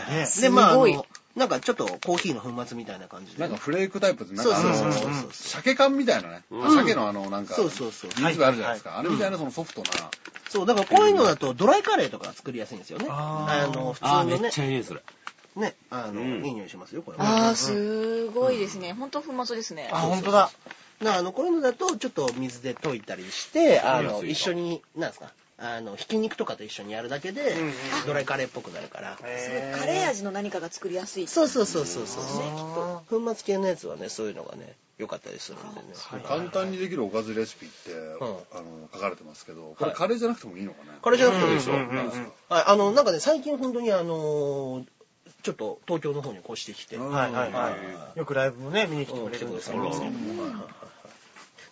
いはい。で、まあ、あの、なんかちょっとコーヒーの粉末みたいな感じで。なんかフレークタイプってなんそうかあそうのそうそう。鮭缶みたいなね、鮭のあのなんかそうそうそう技術があるじゃないですか、あれみたいなそのソフトな、そう、だからこういうのだと、ドライカレーとか作りやすいんですよね。ああの、普通あー、のめっねち、ゃいいね、それ。ね、あの、うんいい匂いしますよ、これは。ああすごいですね本当粉末ですねあ、本当だ。だからあの、こういうのだと、ちょっと水で溶いたりして、あの、作り一やす緒いに、なんですか、あの、ひき肉とかと一緒にやるだけで、ドライカレーっぽくなるから。すごいカレー味の何かが作りやすいそうそうそうそうそうそう。あ粉末系のやつはねそういうのがね良かったりするんでね簡単にできるおかずレシピって、あの書かれてますけどこれカレーじゃなくてもいいのかね、これじゃなくてもいいですよ、うんうんうんうんはいあのなんかね最近本当にあのーちょっと東京の方に越してきて、うんはいはいはい。よくライブもね、見に来てうくんれ来てるんくでだすさけるんどです。けどはいはいは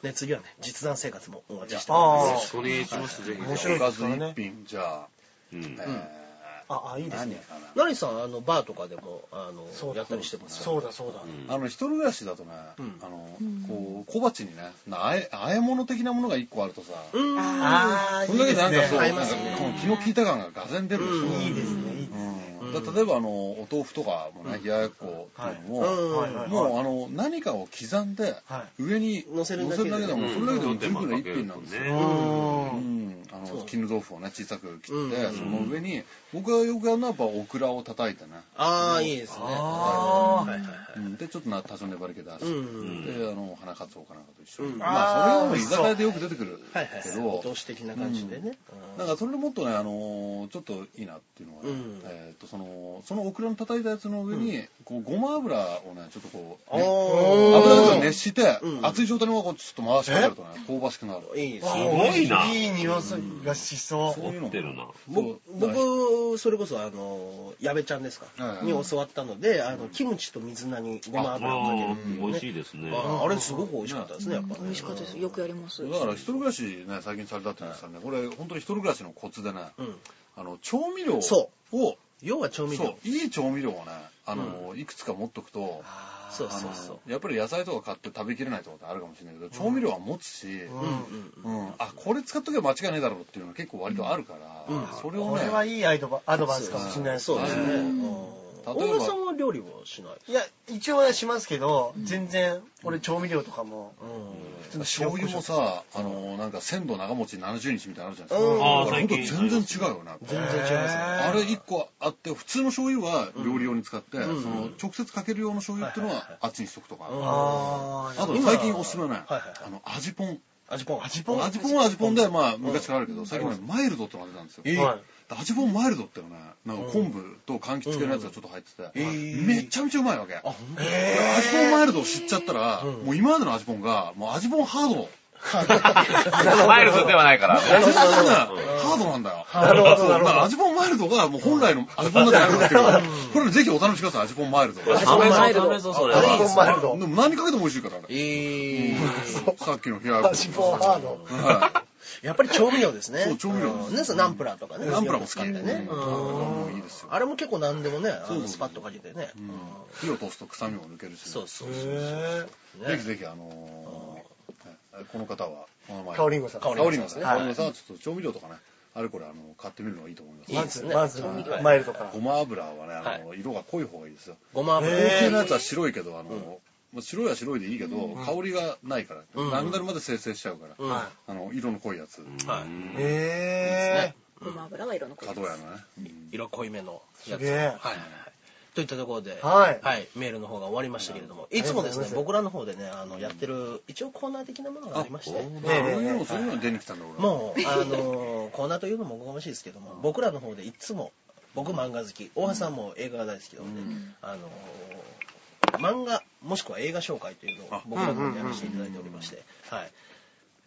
いね次はね実弾生活もお待ちしてあまあすお願いします、ぜひ。面白いおかず一品じゃあ、うんえーあ、あ、いいです何ねや。かな。ナリさん、あの、バーとかでも、あの、やったりしてますそうだそうだ。あの一人暮らしだとね、あのこう小鉢にねなあえあえ物的なものが一個あるとさ、うん。あそれだけでなんかそう合いますね。この気の利いた感ががぜん出るでしょ、うんいいですね。いいですねうんだ例えばあのお豆腐とかもね冷ややっこっていうのも、うんはいはいはいもうあの何かを刻んでは上に乗せるだけで乗せでもうんそれだけでもど十んどん分なか一ける品となんですよ。うね。い。んあの絹豆腐をね小さく切って、うんその上に僕がよくやるのはやっぱオクラを叩いてね、ああ、いいですね。あーはいはいはい。うんでちょっとな多少粘り気出して、うんであの花かつおかなんかと一緒に、うんまあそれはもあーう居酒屋でよく出てくるはいはい。けけど、ど、投資的な感じでね。なんかそれでもっとね、あのーちょっといいなっていうのは、ねうんえー、とそのそのオクラの叩いたやつの上に、こうごま油をねちょっとこう、ね、お油だけを熱して、うん熱い状態のままこうちょっと回しかけるとね香ばしくなるいいですわね。あごいないい匂いがしそ。そうういう持のってるな。そうだから僕、それこそ、あの、矢部ちゃんですかはいはいに教わったので、あの、キムチと水菜にごまあ油をかけるあっていうね。美味しいですね。あーあれすごく美味しかったですね、やっぱね。美味しかったです。よくやります。だから一人暮らしね最近されたって言うんですからね、これ本当に一人暮らしのコツでね、うんあの調味料をそそう要は調味料。いい調味料をねあの、いくつか持っとくとそうあそうのそう。やっぱり野菜とか買って食べきれないってことあるかもしれないけど、調味料は持つし、うんうんあこれ使っとけば間違いねえだろうっていうのは結構割とあるから、それをこねれはいいアドバアドバイスかもしれないですそうですね。ううん例えば大村さんは料理はしない。いや、一応はしますけど、全然、俺調味料とかも、醤油もさあのなんか鮮度長持ち70日みたいなのあるじゃないですか、うんああ、あれ最本当近。全然違うよな全然違いますね。あれ1個あって普通の醤油は料理用に使って、その直接かける用の醤油っていうのはあっちにしとくとか、ああと最近おすすめはね、はいはいはいあの味ぽん味ぽん。味ぽん味ぽんは味ぽんでまあ昔からあるけど最近ねマイルドってのが出たんですよ、はいで味ぽんマイルドっていうのはねなんか昆布と柑橘系のやつがちょっと入ってて、めちゃめちゃうまいわけ、味ぽんマイルドを知っちゃったら、もう今までの味ぽんがもう味ぽんハードマイルドではないから。全然ね、ハードなんだよ。なるほど、なるほど。味ぽんマイルドがもう本来の味ぽんだってなくなってるから。これぜひお楽しみください、味ぽんマイルド。でダメぞ、ダメぞ、それは。ンマイルド。も何にかけても美味しいから、あれ。ええさっきの冷ややっこ味ぽんハード。はやっぱり調味料ですね。そう調味料うんね、そうナンプラーとかいね。ナンプラーも好き使ってね。うんもういいですよ。あれも結構何でもね、あのそうそうスパッとかけてね。火を通すと臭みも抜けるし。そうそうそう。へねぜひぜひ、あのー、はいこの方は、お名ぇ前。カオリンゴさん。香りんごさんね。は香いりんごさんはちょっと調味料とかね、あれこれ、あの、買ってみるのがいいと思います。まず、まず調味料、マイルドからご。ま油はね、あの、色が濃い方がいいですよ。ごま油。高級なやつは白いけど、あの、まあ白いは白いでいいけど、香りがないから、なくなるまで生成しちゃうから、うんあの、色の濃いやつ、はい。えごま油は色の濃いかどやのね。色濃いめのやつ。すげえはいはいはい。といったところで、はいメールの方が終わりましたけれども、いつもですね、僕らの方でね、あの、やってる、一応コーナー的なものがありまして、そうねえいうの、そういうのが出に来たんだ、俺は。もう、あのーコーナーというのもおこがましいですけども、僕らの方でいつも、僕漫画好き、大橋さんも映画が大好きなので、あのー漫画、もしくは映画紹介というのを僕らの方でやらせていただいておりまして、はい。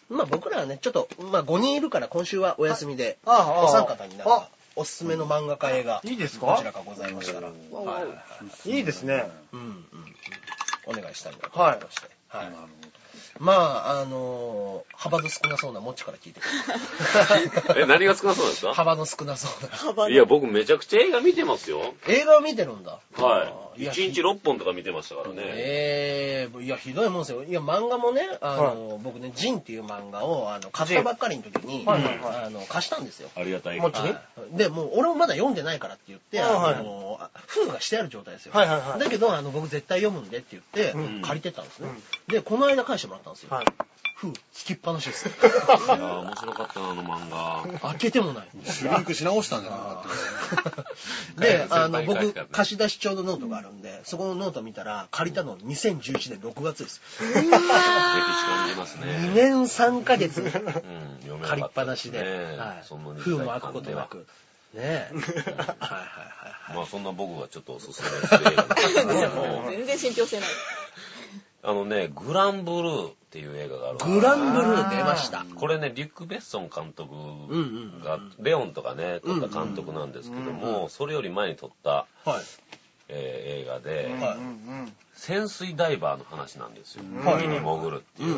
まあ僕らはね、ちょっと、まあ5人いるから今週はお休みで、あああお三方になんかあ、おすすめの漫画家映画、いいですかどちらかございましたら、はいはいはいえいいですね。うんうんうん、お願いしたいなと思いまして。はい。なるほどまあ、あのー幅の少なそうなもっちから聞い てください え、何が少なそうなんですか幅の少なそうな。いや、僕めちゃくちゃ映画見てますよ。映画を見てるんだ。はい。や1日6本とか見てましたからね。ええいや、ひどいもんですよ。いや、漫画もね、あの、僕ね、ジンっていう漫画を、あの、買ったばっかりの時に、はいはいはあの、貸したんですよ。ありがたい。もちろんはいで、もう、俺もまだ読んでないからって言って、あはいあの、あ封がしてある状態ですよ。はいはいはいだけど、あの、僕絶対読むんでって言って、うん借りてたんですね。で、この間返してもらったんですよ。はい。封、つきっぱなし です。いやー、面白かったな、あの漫画。開けてもない。シュリンクし直したんじゃないかって。で、あの、先輩に返僕すからね、貸し出し帳のノートがあるんで、そこのノート見たら、借りたの2011年6月です。歴史感じますね。 2年3ヶ月、うん、読めな借りかっったぱなすしねで、はいそんなに封も開くことなく。ねえ。はいまあそんな僕がちょっとおすすめする映画なんですけど 全然信憑性ない。あのね、グランブルーっていう映画があるんですよグランブルー出ました。これね、リュック・ベッソン監督んが、レオンとかね、撮った監督なんですけども、それより前に撮った、はい。えー映画で、はい潜水ダイバーの話なんですよ。海に潜るっていう。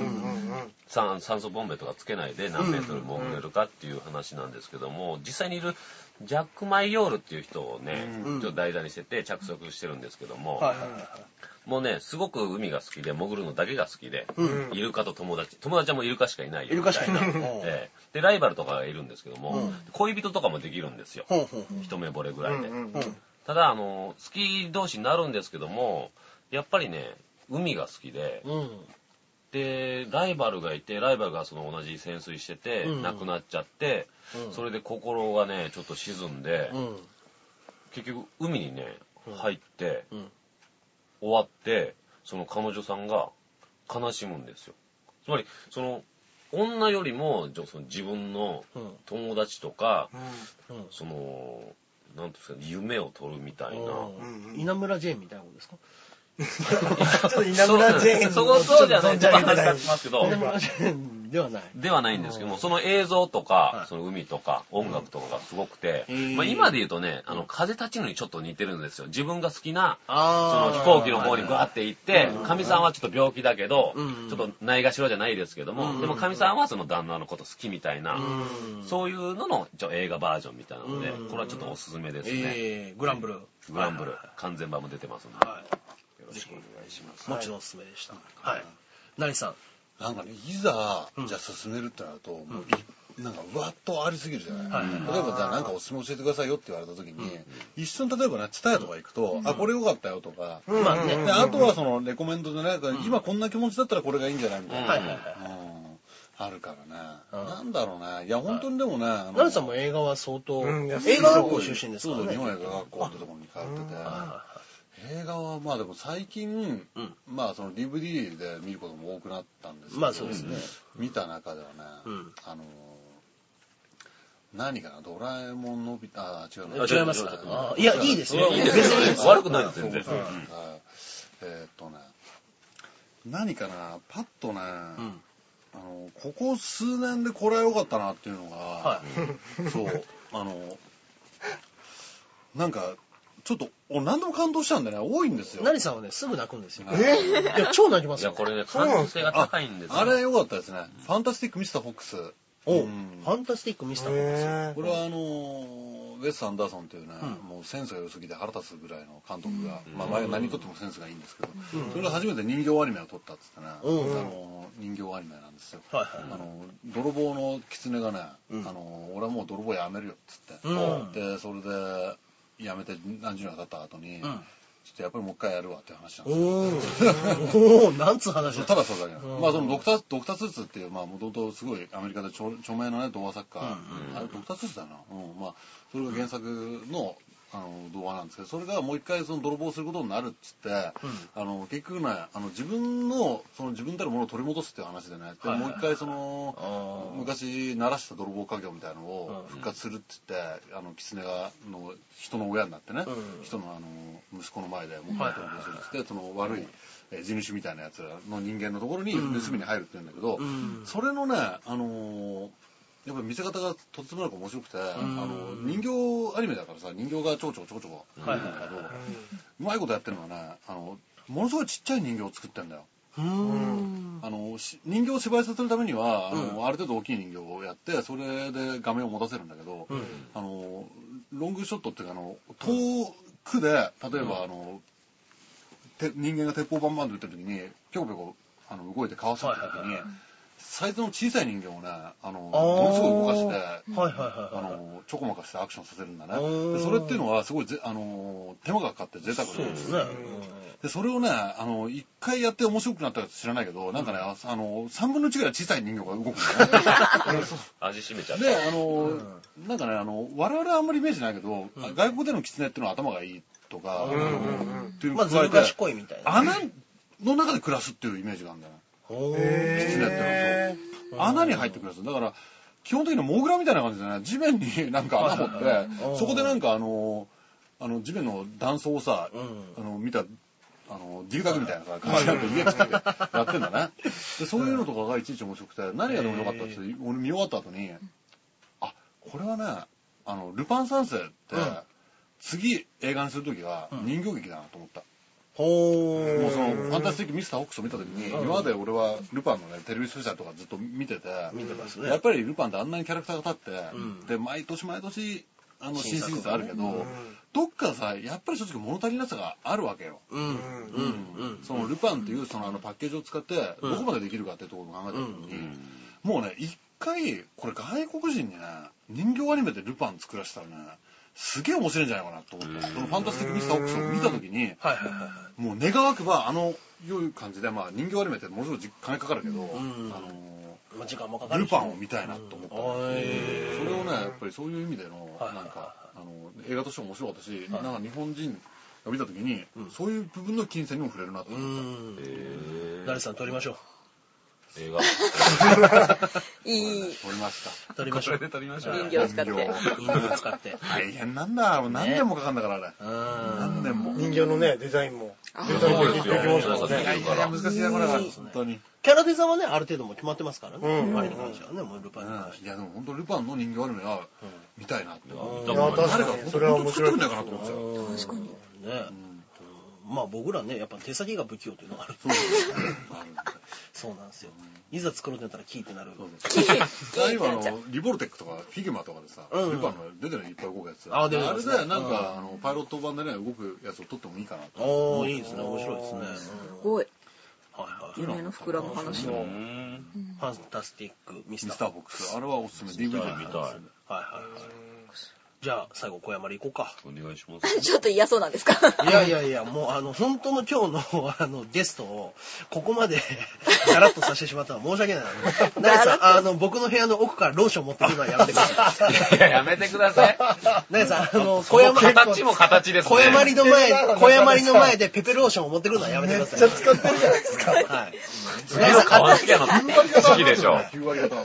酸酸素ボンベとかつけないで何メートル潜れるかっていう話なんですけども、実際にいるジャック・マイヨールっていう人をね、ちょっと題材にしてて着色してるんですけども、はいはいはいもうね、すごく海が好きで、潜るのだけが好きで、イルカと友達、友達はもうイルカしかいないイよルみカたしかいいな。ないええで、ライバルとかがいるんですけども、恋人とかもできるんですよ。ほんほんほん一目惚れぐらいで。うんただ、あの、好き同士になるんですけども、やっぱりね、海が好きで、で、ライバルがいて、ライバルがその同じ潜水してて、うん亡くなっちゃって、んそれで心がね、ちょっと沈んで、うん結局海にね、入って、うん終わって、その彼女さんが悲しむんですよ。つまり、その、女よりも、じゃあその自分のうん友達とか、うんその、なんていうんですか、夢を取るみたいな。うん稲村ジェーンみたいなことですかちょっと稲村ジェーンそこそうじゃない、存ちょじっと上話げてな変わいってますけど、稲村ジェーンではない。ではないんですけども、その映像とか、その海とか、音楽とかがすごくて、まあ今で言うとね、あの、風立ちぬにちょっと似てるんですよ。自分が好きな、その飛行機の方にバーって行って、神さんはちょっと病気だけど、ちょっとないがしろじゃないですけども、でも神さんはその旦那のこと好きみたいな、そういうののちょ映画バージョンみたいなので、これはちょっとおすすめですね。えー、グランブル。グランブル、完全版も出てますんで。はい。よろしくお願いします。もちろんおすすめでした。はい。何さん。なんかね、いざ、じゃあ進めるってなると、もうい、なんか、うわっとありすぎるじゃない。例えば、じゃあ、なんかおすすめ教えてくださいよって言われた時に、一瞬、例えばね、ツタヤとか行くと、あ、これ良かったよとか、まあね。であとはその、レコメンドでね、今こんな気持ちだったらこれがいいんじゃないみたいな。はいはいはい。うんあるからね。うんなんだろうね。いや、本当にでもね、あのナルさんも映画は相当、うんいや映画学校出身ですかそうらそうね日。本映画学校ってところに通ってて。映画はまあでも最近、うんまあその DVD で見ることも多くなったんですけど、まあそうですね。見た中ではね、うんあのー何かなドラえもんのびあ違うなあ違います違うかいや、いいですよ。いい別ですにいいですよ。 悪くないです、全然。そうなんかえーっとね何かなパッとんね、あのここ数年でこれは良かったなっていうのが、はそうあのなんかちょっと俺何でも感動しちゃうんだよね多いんですよナリさんはね、すぐ泣くんですよ。えいや、超泣きまいすや、よ。これね、可能性が高いんですよ。あれ良かったですね。ファンタスティック・ミスター・フォックス。おうフんァンタスティックミスターなんですよ。へこれはあのーウェス・アンダーソンというね、もうセンスが良すぎて腹立つぐらいの監督が、まあ前何撮ってもセンスがいいんですけど、それで初めて人形アニメを撮ったっつってね、あのー人形アニメなんですよ。はいはいあの泥棒の狐がね、あの俺はもう泥棒やめるよっつって、うんでそれでやめて何十年か経った後に、ちょっとやっぱりもう一回やるわっていう話なんですおよー。おー、なんつう話だ。ただそれだけなの、まあそのドクター、ドクタースーツっていう、まあもともとすごいアメリカで著著名なね、童話作家、あれドクタースーツだな。うん、まあ、それが原作の、あの、童話なんですけど、それがもう一回その泥棒することになるっつって、あの、結局ね、あの、自分の、その自分たるものを取り戻すっていう話でね、でもう一回その、昔鳴らした泥棒家業みたいなのを復活するっつって、あの、狐が、の、人の親になってね、人のあの、息子の前でもう一回泥棒するっつって、その悪い、えー地主みたいなやつらの人間のところに盗みに入るって言うんだけど、それのね、あのーやっぱり見せ方がとてつもなく面白くて、あの人形アニメだからさ人形がちょちょちょちょ出てくるんだけど、うまいことやってるのはねあのものすごいちっちゃい人形を作ってんだよ。あのし人形を芝居させるためにはあの、ある程度大きい人形をやってそれで画面を持たせるんだけど、あのロングショットっていうかあの遠くで例えば、あのて人間が鉄砲バンバンと打ってる時にぴょこぴょこあの動いてかわさってる時に、サイズの小さい人形をねあのものすごい動かしてはいはいはいあはい。のちょこまかしてアクションさせるんだねーでそれっていうのはすごいぜあの手間がかかって贅沢なんですねでそれをねあの一回やって面白くなったやつ知らないけどなんかねああの3分の1ぐらい小さい人形が動くんだね 味しめちゃってで。あの、なんかねあの我々はあんまりイメージないけど、外国での狐っていうのは頭がいいとか、あのっていうのまあ、にず加えるて、賢いみたいな。穴の中で暮らすっていうイメージがあるんだよねおー狐ってのはそう穴に入ってくるやつだから基本的にはモグラみたいな感じでね地面に なんか穴掘ってそこでなんかあのあの地面の断層をさ、あの見たあのディグダグみたいなさ感じで家作ってやってんだねでそういうのとかがいちいち面白くて何がでもよかったって俺見終わった後にあこれはねあのルパン三世って、次映画にする時は人形劇だなと思った、ほもうそのー。ファンタスティック・ミスター・ホックスを見た時に、今まで俺はルパンのね、テレビスペシャルとかずっと見てて、やっぱりルパンってあんなにキャラクターが立って、で、毎年毎年、あの、新シリーズあるけど、どっかさ、やっぱり正直物足りなさがあるわけよ。うん。うん。うん。そのルパンっていうそのあのパッケージを使って、どこまでできるかっていうところを考えた時に、もうね、一回、これ外国人にね、人形アニメでルパン作らせたらね、すげえ面白いんじゃないかなと思って、そのファンタスティック・ミスター・ホックスを見た時に、はいはいはい。もう願わくばあの良い感じで、まあ、人形アニメってものすごい時金かかるけど、あまあ時間もかのかーるルしパンを見たいなと思った、へそれをねやっぱりそういう意味ではいの、はいはいなんかあの映画としても面白かったし、なんか日本人が見た時に、そういう部分の金銭にも触れるなとう思った、ん。成瀬さん撮りましょ映画。いい撮りましたう。撮りましょう。撮りまし人形を使って。人形人形使って。大変なんだもう何年もかかるんだからあれ、何年も人形のね、デザインも。そうですよ。いやいやいや難しいなこれは本当に、キャラデザはね、ある程度もう決まってますからね。うんマリの話はね、もうルパンの話。うんいやでも本当ルパンの人形アニメは見たいなって、いや、確誰かか本に。当それは本面当作ってく白いん。ないかなと思ってたよ確かに。ね。うんまあ僕らね、やっぱ手先が不器用というのがある。 そうなんですよ。いざ作ろうってなったらキーってなる。あ今あのリボルテックとかフィギュマとかでさ、うんルパンの出てるのいっぱい動くやつあ出てあまれすねでなんか、あのパイロット版でね動くやつを撮ってもいいかなとおー、いいですね。面白いですね。すごい。うんはいはい。夢の膨らむ話。ファンタスティック、ミスミタスー。ターボックスあれはおすすめ DVD 見たいはいはいはい。じゃあ、最後、小山で行こうお願いします。ちょっと嫌そうなんですか か。いやいやいや、もう、あの、本当の今日の、あの、ゲストを、ここ まで、ガラッとさせてしまったのは申し訳ない。ナイさん、あの、僕の部屋の奥からローション持ってくるのはやめてください。いや、やめてください。ナイさん、あの、小この山、形も形ですね。小 山りの前、小山りの前でペペローションを持ってくるのはやめてください。めっちゃ使ってるじゃないですか。はい。色変わってきたの好きでしょ。 9割方も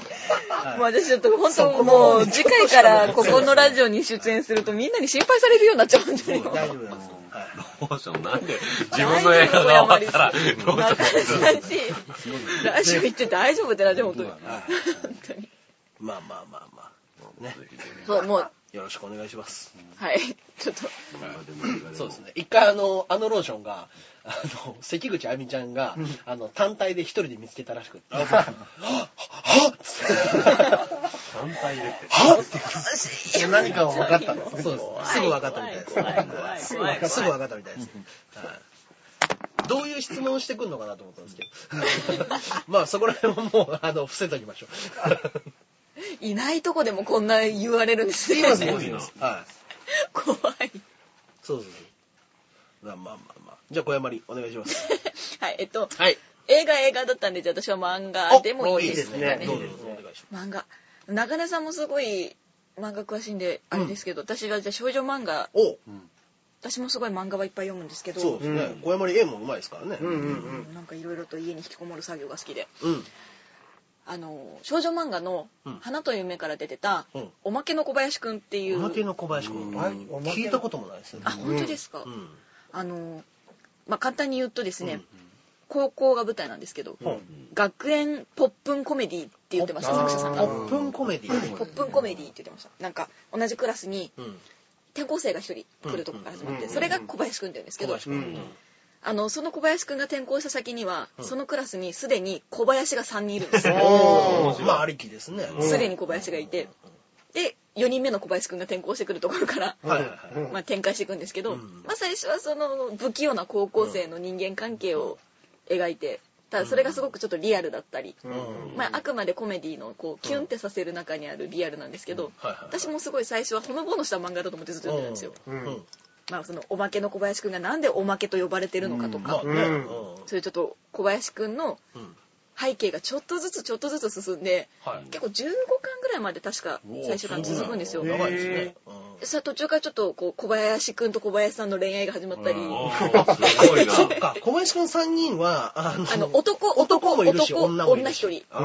う私ちょっと本当もう次回からここのラジオに出演するとみんなに心配されるようになっちゃうんじゃないかな。大丈夫なんですよ。はい。ローションなんで自分の映画が終わったら、ローション中田さんし、ラジオ行って大丈夫ってなって本当に。本当に。まあまあまあまあ。ね。そう、もう、よろしくお願いします。はい。ちょっと、そうですね。一回あの、あのローションが、あの、関口亜美ちゃんが、あの、単体で一人で見つけたらしくて。はっはっはっつって単体で。はっって何かを分かったの。そうです。すぐ分かったみたいです。怖い怖いすぐ分かった。すぐ分かったみたいです。はいどういう質問してくるのかなと思ったんですけど。 まあそこら辺はもう、あの、伏せときましょう。いないとこでもこんな言われるんですね。はい。怖い。そうそうそう。まあまあまあまあ。じゃあ小山里お願いします。はい、えっと、はい。映画映画だったんで、じゃあ私は漫画でもいいですかね。どうぞどうぞお願いし漫画。中根さんもすごい漫画詳しいんで、あれですけど、私がじゃあ少女漫画、ます。私もすごい漫画はいっぱい読むんですけお、そうどで、すね。小山里絵もうまいですからね。うんうんなんかいろいろと家に引きこもる作業が好きで、うん。あの、少女漫画のうん花という夢から出てたうん、おまけの小林くんっていおう、まけの小林くん。はいおまけの聞いたこともないですね。あ、本当ですか。うん。あの、まあ、簡単に言うとですね、高校が舞台なんですけど、学園ポップンコメディって言ってました、作者さポんが。ップンコメディ。ポップンコメディって言ってました。なんか、同じクラスにうん。転校生が一人来るとこから始まって、それが小林くんって言うんですけ小ど、林くん。あの、その小林くんが転校した先には、そのクラスにすでに小林が3人いるん ですよ。おーまあありきですね。すでに小林がいて、で、4人目の小林くんが転校してくるところから、はいはいはい。まあ、展開していくんですけど、うんまあ、最初はその不器用な高校生の人間関係を描いてただそれがすごくちょっとリアルだったり、うんまあ、あくまでコメディのこうキュンってさせる中にあるリアルなんですけど、はいはいはい私もすごい最初はほのぼのした漫画だと思ってずっと読んでたんですよ、うん。うんまあ、そのおまけの小林くんがなんでおまけと呼ばれてるのかとまか、あね。うん。そういうちょっと小林くんのうん背景がちょっとずつちょっとずつ進んではい。結構15巻ぐらいまで確か最終巻続くんですよ。長いですね。うんさあ途中からちょっとこう小林くんと小林さんの恋愛が始まったり、すごいな。そっか、小林くん3人は、あの、あの男男男もいるし、男女もいるし。女一人あ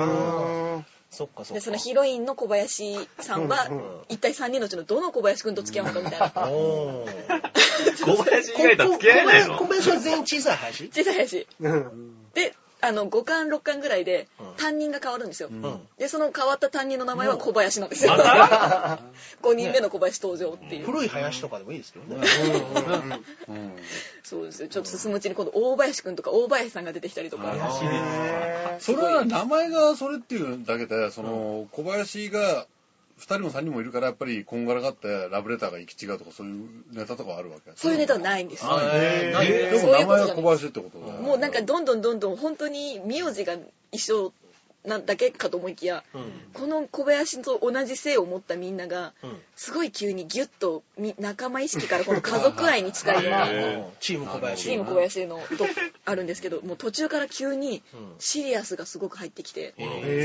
ーそっかそっでか。そのヒロインの小林さんは一体3人のうちのどの小林くんと付き合うのかみたいなおー小林以外と付き合えないの小林小林は全員小さい林小さい話であの5巻6巻ぐらいで担任が変わるんですよ、でその変わった担任の名前は小林なんですよ、5人目 の小林登場っていう、古い林とかでもいいですけどね。そうですよちょっと進むうちに今度大林くんとか大林さんが出てきたりとかそれは名前がそれっていうだけで、その、小林が、2人も3人もいるからやっぱりこんがらがってラブレターが行き違うとかそういうネタとかあるわけそういうネタはないんですよえでも名前は小林ってことだよねもうなんかどんどんどんどん本当に名字が一緒なだけかと思いきや、この小林と同じ姓を持ったみんなが、すごい急にギュッとみ仲間意識からこの家族愛に近 いチーム小林。チーム小林のとあるんですけどもう途中から急にシリアスがすごく入ってきて、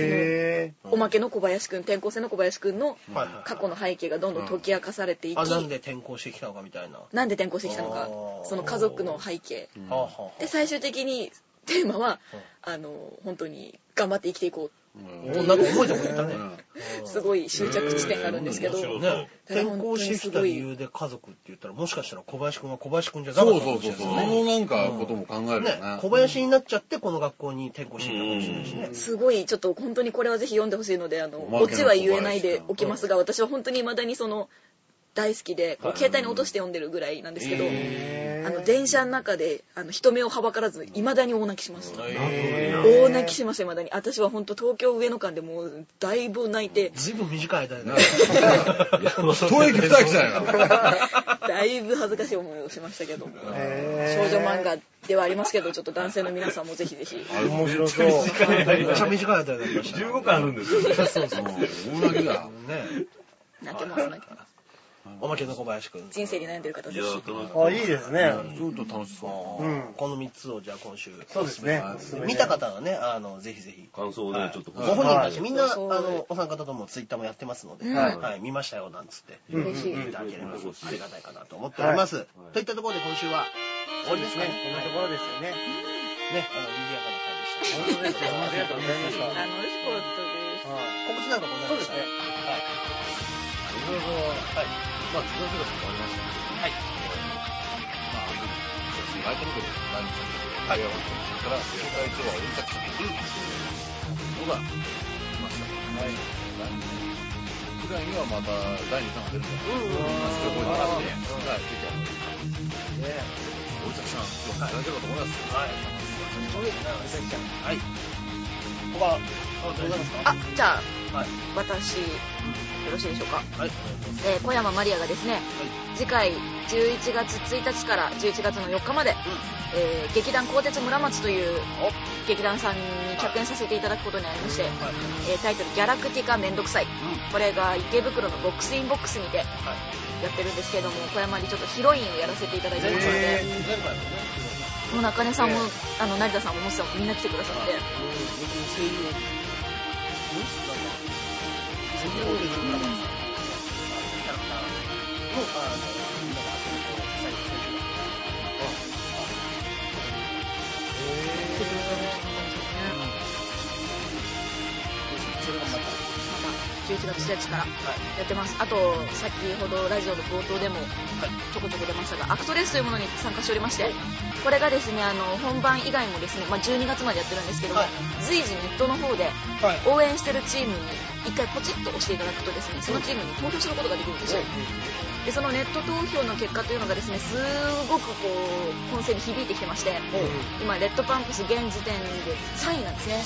へおまけの小林くん転校生の小林くんの過去の背景がどんどん解き明かされていき、あ、なんで転校してきたのかみたいな。はなんで転校してきたのかその家族の背景あはあはあで最終的にテーマはあの本当に頑張って生きていこおなんか覚えても言ったね。うすごい執着地点があるんですけどうん面白いね、転校してきた理由で家族って言ったらもしかしたら小林くんは小林くんじゃなかったかもしれないですよね。そのなんかことも考えるよね、小林になっちゃってこの学校に転校してきたかもしれないしね。すごいちょっと本当にこれはぜひ読んでほしいのであのまけのオチは言えないでおきますが私は本当に未だにその大好きでこう携帯に落として読んでるぐらいなんですけど、あの電車の中であの人目をはばからず未だに大泣きしました、大泣きしました未だに私は本当東京上野間でもうだいぶ泣い てずいぶん短い間だね。 東駅二駅じゃない かだいぶ恥ずかしい思いをしましたけど少女漫画ではありますけどちょっと男性の皆さんもぜひぜひえ面白そうめっちゃ短い間になりましたね。 15巻あるんですよ。大泣きだね、泣けますねおまけの小林くん。人生に悩んでる方いぜやひあいいですねちょっと楽しそううんこの3つをじゃあ今週。そうですね見た方はね、あの、ぜひぜひ。感想をね、ちょっとご本人たちはいみんな、あそうそうの、お三方ともツイッターもやってますので、ははい、見ましたよ、なんつって。嬉しい見ていただければありがたいかなと思っております。といったところで今週は、終わりですね。こんなところですよねね、あの、賑やかな回でした。本当ですよありがとうございました楽しかったですはい告知なんかございまそうですかねはい。いろいろはいまあ自己紹介もありましたけどはいまあ私ライトノベル何日かで会話をしてから絶対今日は俺たちに来るっていうのが来ましたはい来年くらいにはまた第2弾が出るんだうん覚えてますねはいぜひあの俺たちさん読んでいただければと思いますはいはい。ここは、ありがとうございますかあじゃあ、はい私よろしいでしょうか、はい。えー小山マリアがですね、次回11月1日から11月の4日まで、えー劇団鋼鉄村松という劇団さんに客演させていただくことになりまして、えータイトル「ギャラクティカめんどくさい」これが池袋のボックスインボックスにてやってるんですけれども小山にちょっとヒロインをやらせていただいてますので、前回もね、もう中根さんも、あの成田さんももちさんもみんな来てくださって。また11月1日からやってます、あと先ほどラジオの冒頭でもちょこちょこ出ましたがアクトレースというものに参加しておりましてこれがですねあの本番以外もですね、まあ、12月までやってるんですけども、随時ネットの方で応援してるチームに一回ポチッと押していただくとですねそのチームに投票することができるんですよでそのネット投票の結果というのがですねすごくこう本戦に響いてきてまして今レッドパンプス現時点で3位なんですね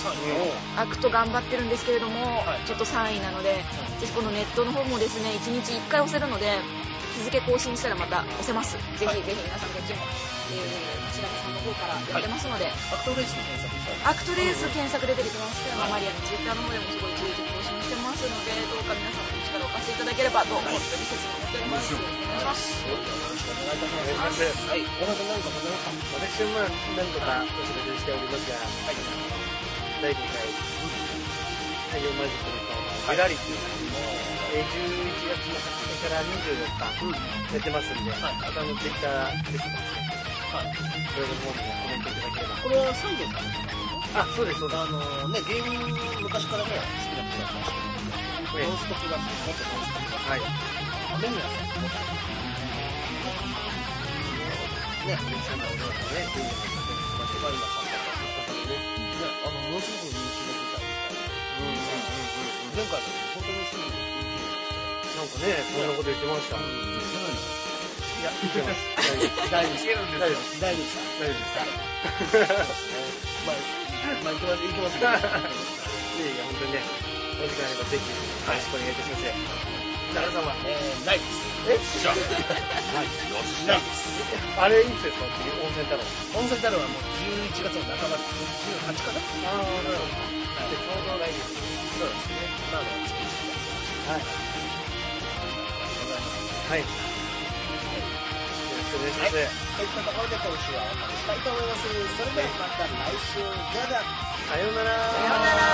アクト頑張ってるんですけれども、ちょっと3位なので、ぜひこのネットの方もですね、1日1回押せるので、日付更新したらまた押せます。ぜひぜひ皆さんこっちも、えー、白木さんの方からやってますので、アクトレースの検索したアクトレース検索で出てきますけど、マリアのツイッターの方でもすごい充実更新してますので、どうか皆さんの力をお貸していただければと思って、説明しております。お願いします。はい。小田君何かございますか私はまあ何とかお仕事しておりますが、第5回太陽マジックの会「ギラリ」っていうのをえー11月の20日から24日やってますんで、あとあのツイッターですねこれの方もコメントいただければこれは西郷さんあそうですそうですあのね、芸人昔からね、好きな人だったんですけど、ノンストップが好き元ノンストップが好き雨はい宮さんもね、そんな俺はね、芸人の人で、まあ、今さんとか、あね、の、ものすごく人気の舞台でした。前回の本当にすぐなんかね、そんなこと言ってました。いや、言ってます。大丈夫です。大大丈夫丈夫です大丈夫です。です。。大丈夫です。まあ、まあ、いきます、いきますけど。いやいや、本当にね、お時間あればぜひ、よろしくお願いいたします。奈良様、えー、ないです。えないです。あれいつですか次、温泉太郎。温泉太郎はもう11月の半ば、18かなああ、なるほど。で、ちょうど来月。そうですね。まあ、まあ、月1ございます。はい。はい。よろしくお願いします。といったところで今週はお別れしたいと思います。それではまた来週、じゃあじゃあ。さようなら。さようなら